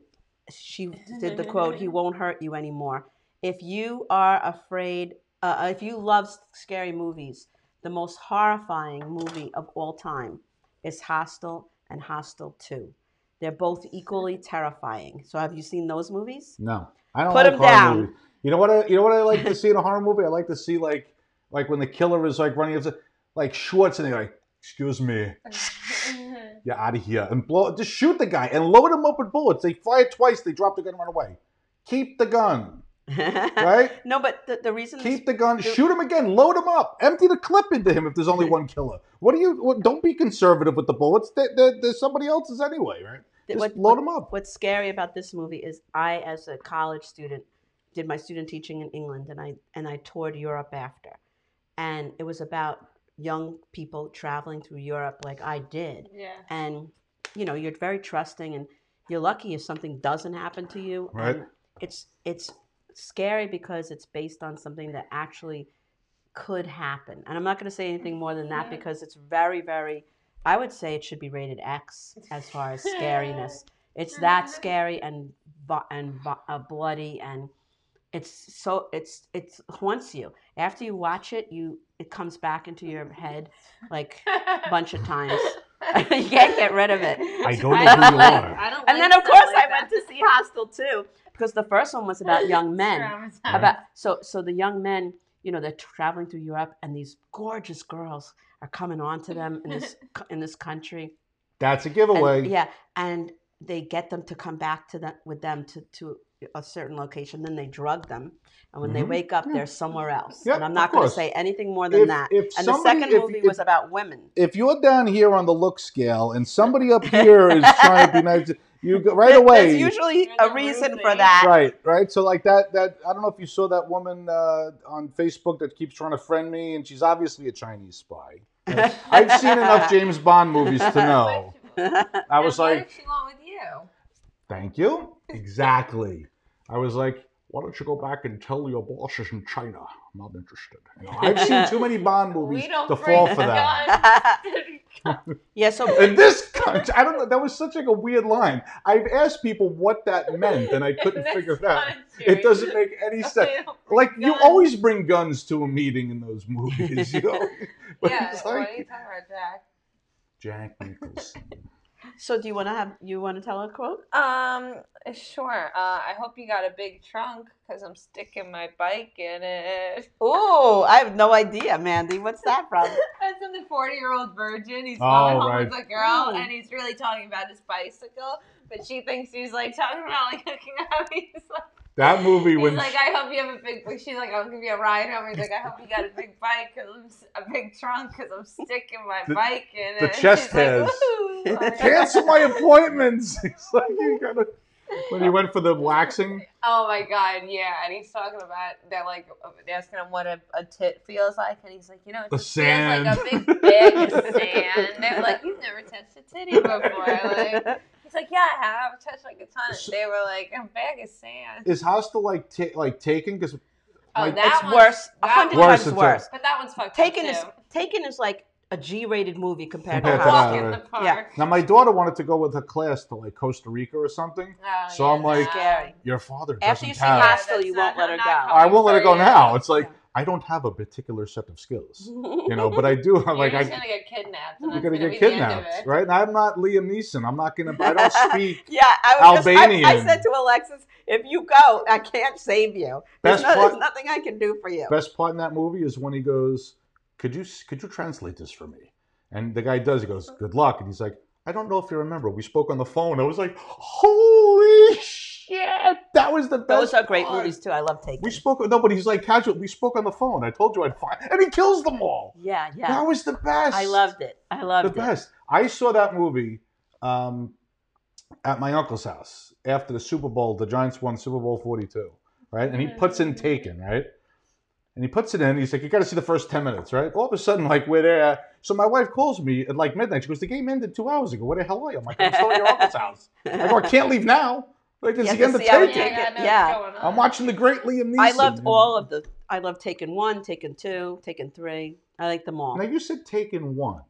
C: she did the quote he won't hurt you anymore if you are afraid uh, if you love s- scary movies the most horrifying movie of all time is hostel and hostel 2 they're both equally terrifying so have you seen those movies
D: No, I don't
C: Put
D: like
C: him
D: horror
C: down.
D: movies. You know what? I, you know what I like to see in a horror movie? I like to see like like when the killer is like running up to like Schwarzenegger, like excuse me, you're out of here, and blow just shoot the guy and load him up with bullets. They fire twice, they drop the gun, and run away. Keep the gun, right?
C: No, but the, the reason this-
D: Keep the gun. Shoot him again. Load him up. Empty the clip into him if there's only one killer. What do you? What, don't be conservative with the bullets. There, there, there's somebody else's anyway, right?
C: th-
D: Just
C: what,
D: load
C: what-
D: them up.
C: What's scary about this movie is I, as a college student, did my student teaching in England, and I and I toured Europe after, and it was about young people traveling through Europe like I did,
B: Yeah.
C: and you know you're very trusting and you're lucky if something doesn't happen to you
D: Right.
C: and it's it's scary because it's based on something that actually could happen and i'm not going to say anything more than that
B: Yeah.
C: because it's very very i would say it should be rated x as far as scariness it's that scary and vo- and vo- uh, bloody and it's so it's it haunts you after you watch it you it comes back into your head like a bunch of times you can't get rid of it.
D: I don't know who you are.
B: I don't
C: And then of course I went to see Hostel too because the first one was about young men. About so so the young men, you know, they're traveling through Europe and these gorgeous girls are coming on to them in this co- in this country.
D: That's a
C: And-
D: giveaway.
C: yeah, and they get them to come back to them with them to to a certain location. Then they drug them, and when they
D: Mhm.
C: wake up,
D: Yeah.
C: they're somewhere else.
D: Yeah,
C: and I'm
D: of
C: not going to
D: course.
C: say anything more than
D: If-
C: that.
D: if
C: and
D: somebody-
C: the second
D: if-
C: movie
D: if-
C: was about women.
D: if you're down here on the look scale and somebody up here is trying to be nice, you go right
C: There-
D: away.
C: There's usually
B: There's
C: a
B: a
C: reason for
B: reason.
C: that.
D: right, right. So like that, that I don't know if you saw that woman uh, on Facebook that keeps trying to friend me, and she's obviously a Chinese spy. I've seen enough James Bond movies to know. I Oh. was like,
B: she went with you?
D: thank you. Exactly. I was like, why don't you go back and tell your bosses in China? I'm not interested. You know, I've seen too many Bond movies
B: We don't
D: to
B: bring
D: fall for
B: the
D: that.
C: yeah, so
D: In this country, I don't know. That was such like a weird line. I've asked people what that meant, and I couldn't
B: That's
D: figure it out.
B: fine, Jerry.
D: It doesn't make any sense.
B: We don't bring
D: Like you
B: guns.
D: always bring guns to a meeting in those movies, you know. But
B: yeah,
D: it's
B: what are you talking
D: like
B: about, Jack?
D: Jack Nicholson.
C: so do you want to have you want to tell a quote?
B: Um, sure. Uh, I hope you got a big trunk because I'm sticking my bike in it.
C: Oh, I have no idea, Mandy. What's that from?
B: That's in the 40 year old virgin. He's
D: Oh,
B: going home
D: right.
B: with a girl
C: Oh.
B: and he's really talking about his bicycle, but she thinks he's like talking about like hooking up. He's like,
D: That movie
B: he's
D: when
B: like I hope you have a big She's like, I'll give you a ride home. He's like, I hope you got a big bike because I'm s- a big trunk because I'm sticking my
D: The-
B: bike in
D: the
B: it.
D: chest
B: She's like,
D: hairs.
B: "Woo-hoo."
D: cancel my appointments. It's like you gotta. When he went for the waxing,
B: Oh my god, yeah. And he's talking about they're like they're asking him what a, a tit feels like, and he's like, you know, it
D: The
B: just feels like a
D: sand.
B: big bag of sand. They're like, you've never touched a titty before. Like he's like, yeah, I have I've touched like a ton.
D: So-
B: They were like, a bag of sand.
D: is House still like ta- like taken? Because
B: Oh,
D: like-
B: that
C: it's
B: one's
C: worse. A
B: that
C: hundred
B: one's-
D: Worse
C: times
D: than
C: worse.
B: But that one's fucked
C: Taken
B: up
C: is
B: too.
C: Taken is like a G-rated movie compared to
D: Compared
B: Walk
C: Hot
D: to that,
B: in
D: right.
B: the park.
C: Yeah.
D: now my daughter wanted to go with her class to like Costa Rica or something.
B: Oh,
D: So
B: yeah,
D: I'm like-
B: no.
D: Your father doesn't
C: After you see
D: have.
B: Hostel,
C: Hostel, you won't let her
B: that's not-
C: go.
D: I won't let it go
B: Yeah.
D: now. It's like I don't have a particular set of skills, you know. But I do. I'm like
B: You're just
D: I,
B: gonna get kidnapped. And
D: you're
B: that's
D: gonna get
B: be the end of
D: kidnapped,
B: it.
D: right? And I'm not Liam Neeson. I'm not gonna. I don't speak.
C: Yeah, I was just, I, I
D: Albanian.
C: said to Alexis, if you go, I can't save you. There's,
D: Best
C: no- there's
D: part-
C: nothing I can do for you.
D: Best part in that movie is when he goes, "Could you could you translate this for me?" And the guy does. He goes, "Good luck." And he's like, "I don't know if you remember. We spoke on the phone." I was like, "Holy shit! That was the best."
C: Those are great
D: part.
C: movies too. I love Taken.
D: We spoke. No, but he's like casual. We spoke on the phone. I told you I'd find, and he kills them all.
C: yeah,
D: That
C: yeah.
D: was the best.
C: I loved it. I loved
D: the
C: it.
D: best. I saw that movie um, at my uncle's house after the Super Bowl. The Giants won Super Bowl 42, right? And he puts
C: Mm-hmm.
D: in Taken, right? And he puts it in. He's like, you got to see the first 10 minutes, right? All of a sudden, like, we're there. So my wife calls me at like midnight. She goes, the game ended two hours ago. Where the hell are you? I'm like, I'm still at your uncle's house. I go, I can't leave now. Like, it's
C: You
D: the
C: have
D: end
C: to
D: of
C: see how it
D: Taken.
C: takes.
B: I know
C: Yeah.
B: what's going on.
D: I'm watching the great Liam Neeson.
C: I loved
D: And-
C: all of the. I loved Taken one, Taken two, Taken three. I like them all.
D: Now, you said Taken 1.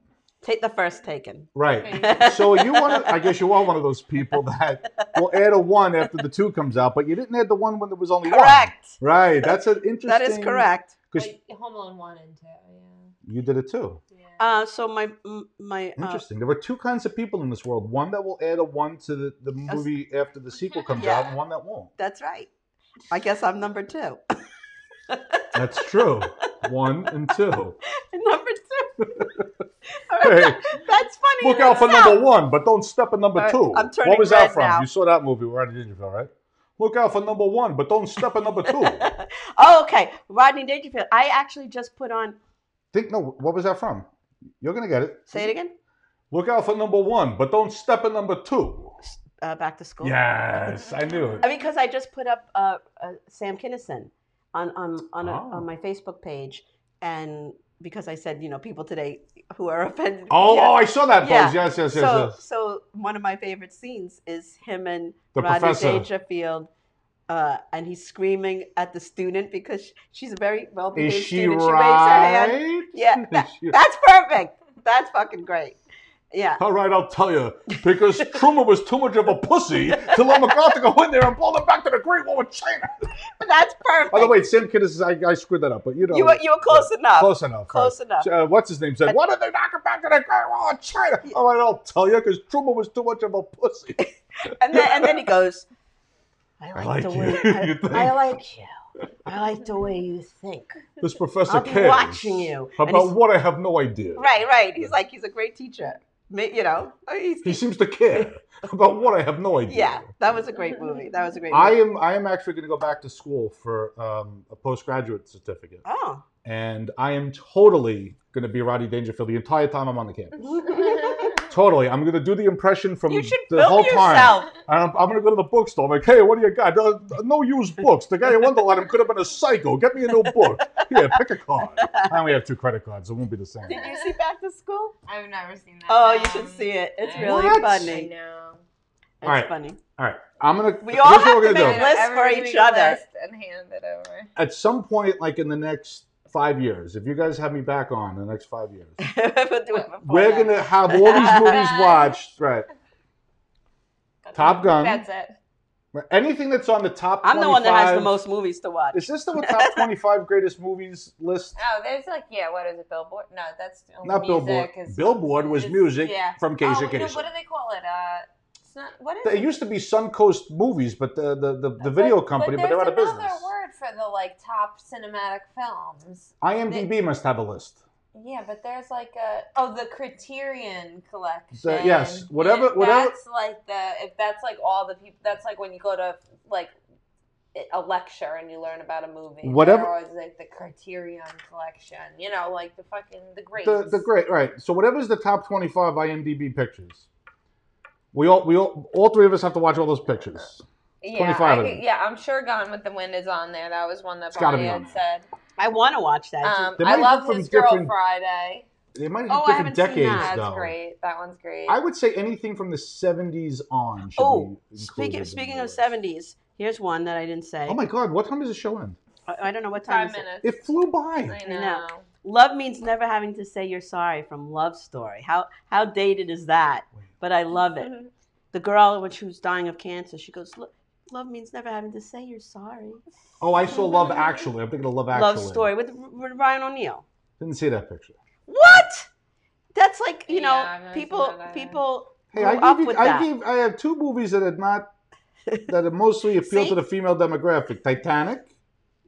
C: Take the first Taken.
D: Right. So you want to? I guess you are one of those people that will add a one after the two comes out, but you didn't add the one when there was only
C: correct.
D: one. Right. That's an interesting.
C: That is correct.
D: Because
B: Wait, Home Alone one and two. Yeah.
D: you did it too.
B: yeah.
C: Uh, so my m- my uh,
D: Interesting. there were two kinds of people in this world: one that will add a one to the, the movie after the sequel comes
C: Yeah.
D: out, and one that won't.
C: that's right. I guess I'm number two.
D: That's true. one and two.
C: number two.
D: Hey,
C: that's funny.
D: look
C: in
D: out for
C: itself.
D: number one, but don't step at number
C: All right,
D: two.
C: I'm turning
D: what was that
C: red
D: from?
C: now.
D: You saw that movie already, didn't you, Phil? Right. Look out for number one, but don't step at number two.
C: oh, okay. Rodney Dangerfield. I actually just put on.
D: Think no. What was that from? You're gonna get it.
C: Say it again.
D: Look out for number one, but don't step at number two.
C: Uh, back to school.
D: Yes, I knew it.
C: I mean, because I just put up uh, uh, Sam Kinison on on on, a,
D: Oh.
C: on my Facebook page, and because I said you know people today who are offended.
D: Oh,
C: you know,
D: oh, I saw that
C: Yeah.
D: post. Yes, yes, yes,
C: so
D: yes.
C: so one of my favorite scenes is him and
D: The
C: Rodney
D: professor.
C: Dangerfield. Uh, and he's screaming at the student because sh- she's a very well-behaved
D: Is she
C: student. She waves her hand.
D: right?
C: Yeah, that-
D: Is she-
C: that's perfect. That's fucking great. Yeah.
D: All right, I'll tell you. Because Truman was too much of a pussy to let MacArthur go in there and blow them back to the Great Wall with China.
C: That's perfect.
D: By the way, Sam Kinison, I, I screwed that up, but you know.
C: you were, you were close enough.
D: Close enough.
C: Close
D: right.
C: enough.
D: So, uh, what's his name said? Why did they knock him back to the Great Wall of China? All right, I'll tell you, because Truman was too much of a pussy.
C: And then and then he goes, I
D: I
C: like,
D: like
C: the
D: you."
C: way
D: You think?
C: I, I like you. I like the way you think.
D: This professor
C: I'll be
D: cares
C: watching you. And
D: about
C: he's-
D: what I have no idea.
C: Right, right. He's like he's a great teacher. Ma- You know, he's,
D: He seems to care about what I have no idea.
C: yeah. That was a great movie. That was a great.
D: I
C: Movie.
D: am. I am actually going to go back to school for um, a postgraduate certificate,
C: Oh,
D: and I am totally going to be Roddy Dangerfield the entire time I'm on the campus. totally, I'm going to do the impression from
C: you should
D: the whole
C: film
D: time.
C: yourself.
D: And I'm, I'm going to go to the bookstore. I'm like, hey, what do you got? No, no used books. The guy who won the lottery could have been a psycho. Get me a new book. Here, pick a card. I only have two credit cards. It won't be the same.
C: Did you see Back to School?
B: I've never seen that.
C: Oh,
B: Um,
C: you should see it. It's
B: I-
C: really
D: What?
B: I
C: funny. It's
B: know.
D: All right.
C: funny.
D: All right, I'm going to.
C: We all
D: here's
C: have
D: what we're
C: to
D: gonna
C: make
D: do.
C: lists for
B: Everybody
C: each
B: make a
C: other.
B: list and hand it over.
D: at some point, like in the next five years, if you guys have me back on in the next five years,
C: Oh, We'll do it before
D: we're
C: that.
D: gonna have all these movies
B: Gun.
D: watched. Right. Top Gun.
B: That's it.
D: Anything that's on the top.
C: I'm the one that has the
D: 25
C: most movies to watch.
D: Is this the top 25 greatest movies list?
B: Oh, there's like yeah, what is it? Billboard? No, that's only
D: Not
B: music
D: Billboard.
B: Is,
D: Billboard was
B: is-
D: music
B: yeah.
D: from case
B: oh,
D: to case.
B: No, what do they call it? Uh, it's not. What is
D: It
B: it?
D: used to be Suncoast Movies, but the the, the, the video company, but, they're out of
B: there's
D: business.
B: another word for the like top cinematic films.
D: IMDb must have a list.
B: Yeah, but there's like a oh the Criterion collection.
D: The- yes, whatever-
B: If
D: whatever-
B: That's like the if that's like all the people. That's like when you go to like a lecture and you learn about a movie.
D: Whatever-
B: There was like the Criterion collection. You know, like the fucking the greats.
D: The the great right. So whatever's the top 25 IMDb pictures, We all, we all, all three of us have to watch all those pictures.
F: Yeah,
D: 25
F: I,
D: of
F: think-
D: them.
F: yeah, I'm sure Gone with the Wind is on there. That was one that
D: It's gotta
F: Bonnie
D: be
F: had
D: on
F: said.
C: I want to watch that.
F: Um,
D: They might
F: I
D: be
F: love
D: from
F: His Girl
D: different-
F: Friday.
D: They might hit
F: Oh, I haven't
D: different decades,
F: seen that. That's
D: though.
F: great. That one's great.
D: I would say anything from the 70s on should
C: oh,
D: be included
C: speaking
D: in
C: speaking
D: the
C: of
D: list.
C: seventies, here's one that I didn't say.
D: Oh my God, what time does the show end?
C: I, I don't know what time.
F: Five
C: is it.
F: minutes.
D: It flew by.
F: I
C: No.
F: know.
C: Love means never having to say you're sorry from Love Story. How how dated is that? But I love it. The girl when she was dying of cancer, she goes, "Look, love means never having to say you're sorry."
D: Oh, I saw Love Actually. I'm thinking of Love Actually.
C: Love Story with, with Ryan O'Neal.
D: Didn't see that picture.
C: What? That's like you know
F: Yeah, I've never seen
C: people
F: that either.
C: people
D: Hey,
C: grew
D: I
C: up
D: gave, you,
C: with
D: I
C: that.
D: gave I have two movies that are not that are mostly appeal
C: See?
D: to the female demographic: Titanic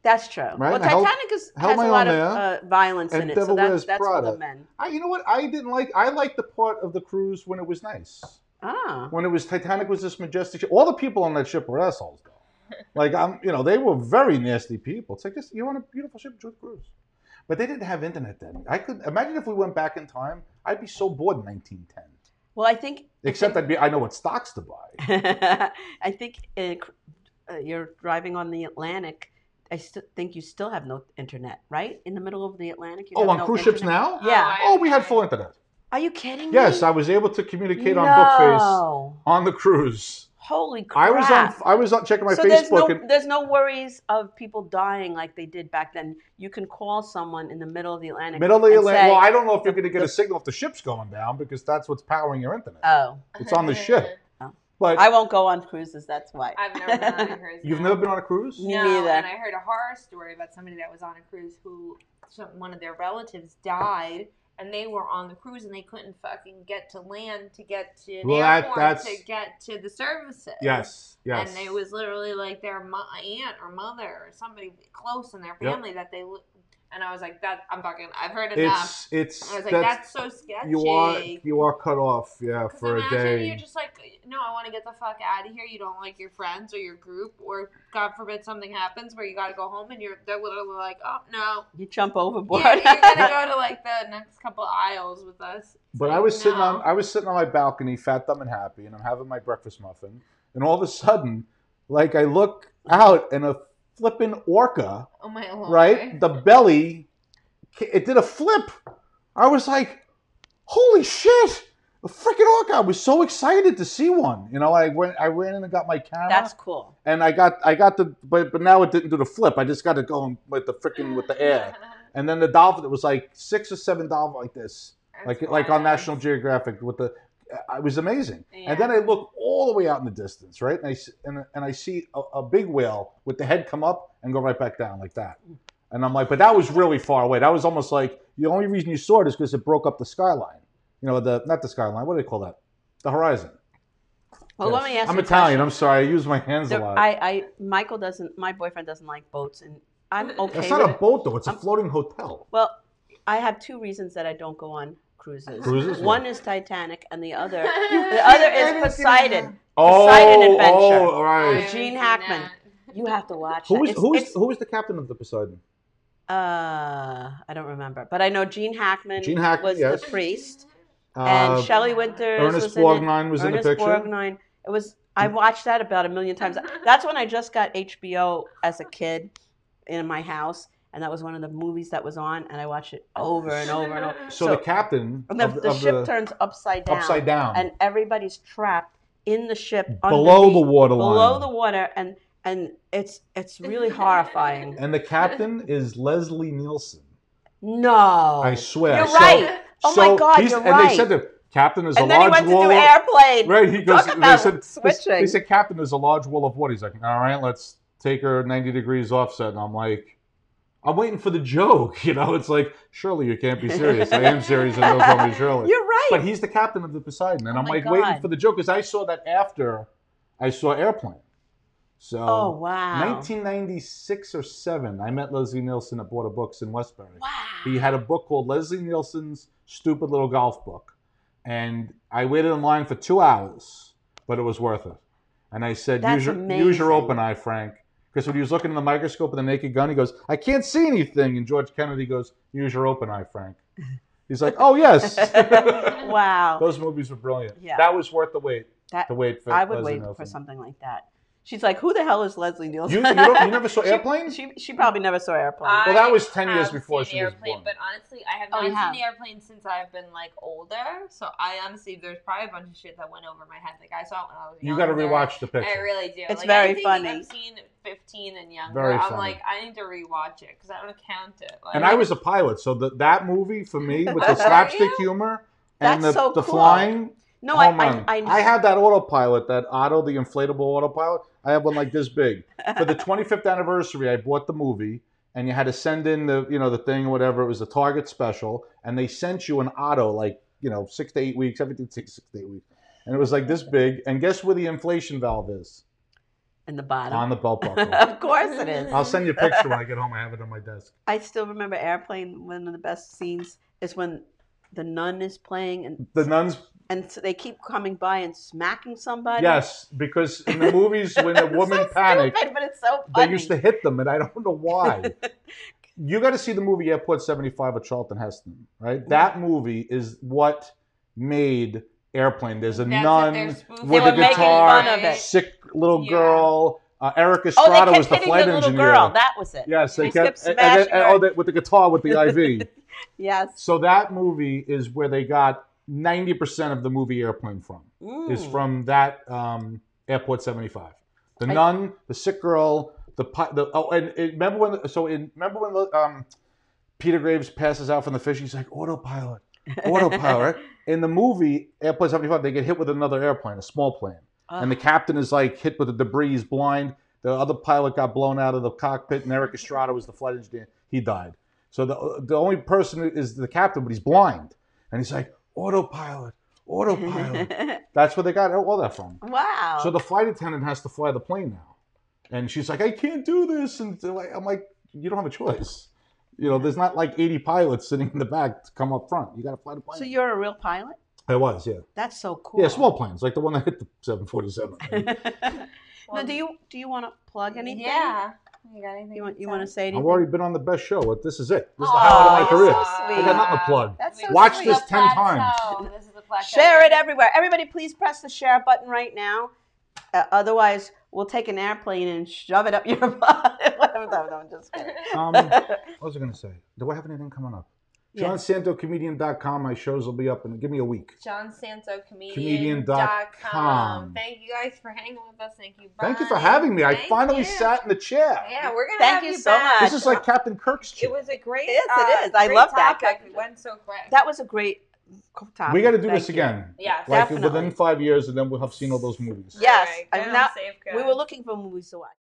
C: That's true.
D: Right,
C: Well,
D: and Hel-
C: Titanic is,
D: Hell
C: has a
D: My
C: lot of
D: Own
C: uh, violence in
D: and
C: it, so
D: Devil
C: that's
D: Wears
C: that's for
D: Prada.
C: the men.
D: I, you know what? I didn't like. I liked the part of the cruise when it was nice.
C: Ah,
D: When it was Titanic was this majestic ship. All the people on that ship were assholes, though. Like I'm, you know, they were very nasty people. It's like just you're on a beautiful ship, enjoy the cruise. But they didn't have internet then. I could imagine if we went back in time. I'd be so bored in 1910.
C: well, I think
D: Except I'd be. I know what stocks to buy.
C: I think uh, cr- uh, you're driving on the Atlantic. I still think you still have no internet, right? In the middle of the Atlantic. You
D: Oh,
C: have
D: on
C: no
D: cruise ships
C: internet?
D: now?
C: Yeah.
D: Oh, we had full internet.
C: Are you kidding
D: Yes,
C: me?
D: I was able to communicate
C: no.
D: on Bookface on the cruise.
C: Holy crap!
D: I was on. I was on checking my
C: so there's no
D: Facebook. and,
C: there's no worries of people dying like they did back then. You can call someone in the middle of the Atlantic.
D: Middle of the
C: and
D: Atlantic.
C: say,
D: Well, I don't know if you're going to get
C: the-
D: a signal if the ship's going down because that's what's powering your
F: Uh,
D: internet.
C: oh,
D: it's on the ship. But
C: I won't go on cruises. That's why.
F: I've never been on a cruise.
D: you've
F: no.
D: never been on a cruise?
C: Me
F: no,
C: neither.
F: and I heard a horror story about somebody that was on a cruise who some, one of their relatives died, and they were on the cruise and they couldn't fucking get to land to get to an
D: Well, that-
F: airport
D: that's-
F: to get to the services.
D: Yes. Yes.
F: And it was literally like their mo- aunt or mother or somebody close in their
D: Yep.
F: family that they. Li- and I was like, that I'm fucking. I've heard enough.
D: It's it's
F: I was like, that's,
D: that's,
F: so sketchy.
D: you are you are cut off yeah
F: 'Cause
D: for a
F: imagine
D: day.
F: you're just like, no, I want to get the fuck out of here. You don't like your friends or your group, or God forbid something happens where you got to go home, and you're they're literally like, oh no,
C: You jump overboard.
F: you're, you're gonna go to like the next couple aisles with us. It's
D: But
F: like,
D: I was sitting
F: no.
D: on I was sitting on my balcony, fat, dumb, and happy, and I'm having my breakfast muffin, and all of a sudden, like I look out and a flippin' orca,
F: oh my lord,
D: right? The belly, it did a flip. I was like, "Holy shit!" A freaking orca! I was so excited to see one. You know, I went I ran in and got my camera,
C: That's cool.
D: and I got I got the but but now it didn't do the flip. I just got to go with the freaking with the air. And then the dolphin, it was like six or seven dolphin like this
F: That's
D: like like
F: wild.
D: on National Geographic with the uh, it was amazing.
F: Yeah.
D: And then I look all the way out in the distance, right? And I s- and, and I see a, a big whale with the head come up and go right back down like that. And I'm like, but that was really far away. That was almost like the only reason you saw it is because it broke up the skyline. You know, the not the skyline. What do they call that? The horizon.
C: Well,
D: Yes.
C: let me ask.
D: I'm
C: you a
D: Italian.
C: question.
D: I'm sorry. I use my hands a
C: There-
D: lot.
C: I, I, Michael doesn't. My boyfriend doesn't like boats, and I'm okay.
D: That's not
C: with
D: a
C: it.
D: boat though. It's a
C: I'm-
D: floating hotel.
C: Well, I have two reasons that I don't go on cruises.
D: Cruises?
C: One is Titanic, and the other, the other is Poseidon.
D: Oh,
C: Poseidon Adventure.
D: oh, all
F: I
D: right.
F: haven't
C: Gene
F: seen
C: Hackman.
F: that.
C: You have to watch.
D: Who
C: that.
D: is
C: It's-
D: who is
C: it's-
D: who is the captain of the Poseidon?
C: Uh, I don't remember, but I know Gene Hackman.
D: Gene Hackman,
C: was
D: yes.
C: the priest, and
D: Uh,
C: Shelley Winters
D: Ernest
C: was in it.
D: Borgnine was in the
C: Ernest
D: picture.
C: Borgnine. It was. I watched that about a million times. That's when I just got HBO as a kid in my house, and that was one of the movies that was on, and I watched it over and over and over.
D: So, the captain
C: and the,
D: of,
C: the
D: of
C: ship
D: the
C: turns upside down,
D: upside down
C: and everybody's trapped in the ship
D: below the
C: underneath-
D: waterline.
C: below the water, and and it's it's really horrifying.
D: and the captain is Leslie Nielsen.
C: No,
D: I swear.
C: Oh. You're
D: So-
C: right. Oh my
D: so
C: God,
D: he's-
C: you're
D: and they said that captain is a
C: and then he
D: large
C: went to
D: wall.
C: do
D: of-
C: airplane.
D: Right, he goes.
C: Talk about
D: they said They,
C: switching.
D: they said captain is a large wall of what? He's like, all right, let's take her ninety degrees offset, and I'm like. I'm waiting for the joke, you know. It's like surely you can't be serious. I am serious, and don't call me Shirley.
C: You're right.
D: But he's the captain of the Poseidon, and I'm
C: Oh my
D: like
C: God.
D: waiting for the joke because I saw that after I saw Airplane. So
C: oh wow.
D: 1996 or seven, I met Leslie Nielsen at Border Books in Westbury.
C: wow.
D: He had a book called Leslie Nielsen's Stupid Little Golf Book, and I waited in line for two hours, but it was worth it. And I said,
C: That's
D: use your, use your
C: amazing.
D: open eye, Frank. Because when he was looking in the microscope of the naked gun, he goes, I can't see anything. And George Kennedy goes, Use your open eye, Frank. He's like, Oh, yes.
C: wow.
D: Those movies were brilliant.
C: Yeah.
D: That was worth the wait.
C: That
D: to wait for.
C: I would
D: Leslie
C: wait
D: Nielsen.
C: for something like that. She's like, who the hell is Leslie
D: You,
C: Nielsen?
D: you, don't, you never saw
C: She-
D: Airplane?
C: She, she probably never saw Airplane.
B: Uh,
D: Well, that was 10 years
F: have
D: before
F: seen
D: she was
F: airplane,
D: born.
F: But honestly, I have
C: Oh,
F: not
C: you
F: seen
C: have.
F: the airplane since I've been like older. So I honestly, there's probably a bunch of shit that went over my head. Like I saw it when I was
D: You
F: younger.
D: got to rewatch the picture.
F: I really do.
C: It's
F: like,
C: very
F: I think
C: funny.
F: I've seen it 15 and younger.
D: Very
F: I'm
D: funny.
F: like, I need to rewatch it because I don't count it. Like,
D: and I was a pilot, so the, that movie for me with the
F: Were
D: slapstick
F: you?
D: humor and
C: That's
D: the,
C: so
D: the
C: cool.
D: flying.
C: no, I,
D: home run.
C: I, I,
D: I have that autopilot, that auto, the inflatable autopilot. I have one like this big. For the 25th anniversary, I bought the movie, and you had to send in the, you know, the thing or whatever. It was a Target special, and they sent you an auto like, you know, six to eight weeks, everything six, six to eight weeks, and it was like this big. And guess where the inflation valve is?
C: in the bottom.
D: On the belt buckle.
C: of course it is.
D: I'll send you a picture when I get home. I have it on my desk.
C: I still remember Airplane. One of the best scenes is when the nun is playing, and
D: The nuns
C: and so they keep coming by and smacking somebody.
D: Yes, because in the movies, when a
C: It's
D: woman
C: so
D: panicked,
C: stupid, but it's so
D: they
C: funny.
D: used to hit them, and I don't know why. you got to see the movie Airport 75 with Charlton Heston, right? That movie is what made Airplane. There's a
F: That's what they're
D: nun
F: spoofing.
D: with
C: They
D: a
C: were making
D: guitar,
C: fun of it.
D: sick little
F: Yeah.
D: girl. Uh, Eric
C: oh,
D: Estrada
C: they
D: was
C: kept
D: the
C: hitting
D: flight
C: the little
D: engineer.
C: girl. That was it.
D: yes, they
C: They kept
D: kept and then-
C: smashing her.
D: oh, they, with the guitar with the IV.
C: Yes.
D: So that movie is where they got 90% of the movie Airplane from is
C: Mm.
D: from that um, airport 75 the
C: I-
D: nun the sick girl the, pi- the oh and it, remember when so in, remember when the, um, peter graves passes out from the fish he's like autopilot autopilot right? in the movie airport 75 they get hit with another airplane a small plane
C: Ugh.
D: and the captain is like hit with the debris he's blind the other pilot got blown out of the cockpit and eric estrada was the flight engineer he died so the, the only person is the captain but he's blind and he's like autopilot autopilot that's where they got all that from.
C: wow.
F: Oh.
D: So the flight attendant has to fly the plane now, and she's like, "I can't do this," and they're like- I'm like, "You don't have a choice. You know, there's not like 80 pilots sitting in the back to come up front. You got to fly the plane."
C: So you're a real pilot?
D: I was, yeah,
C: That's so cool.
D: yeah, small planes like the one that hit the 747.
C: no, do you do you want to plug anything?
F: Yeah. You got anything?
C: You want you want to say anything?
D: I've already been on the best show. This is it. This is
F: Aw,
D: the highlight of my
C: you're
D: career.
C: Oh, so sweet.
D: I got nothing to plug.
C: That's so
D: Watch
C: sweet.
D: this 10 times.
F: times. This is the plateau.
C: Share it everywhere. Everybody, please press the share button right now. Uh, otherwise, we'll take an airplane and shove it up your butt. no, no, I'm just kidding.
D: Um, what was I going to say? Do I have anything coming up?
C: Yeah.
D: JohnSantoComedian.com. My shows will be up in give me a week.
F: John Santo
D: Comedian
F: comedian.
D: dot
F: dot
D: com.
F: com. Thank you guys for hanging with us. Thank you.
D: Thank you for
F: Bonnie.
D: having me. I
F: Thank
D: finally
F: you.
D: sat in the chair.
F: Yeah, we're gonna
C: Thank
F: have
C: you
F: you,
C: so
F: back.
C: much.
D: This is like Captain Kirk's chair.
F: It was a great.
C: Yes, it
F: uh,
C: is. I
F: great
C: love that.
F: topic. It went so quick.
C: That was a great co- topic.
D: we got to do
C: Thank
D: this
C: you.
D: again.
F: yes.
D: Like
C: Definitely.
D: within five years, and then we'll have seen all those movies.
C: Yes,
F: All right.
C: I'm
F: Good on
C: not-
F: Safe
C: We
F: Code.
C: were looking for movies to watch.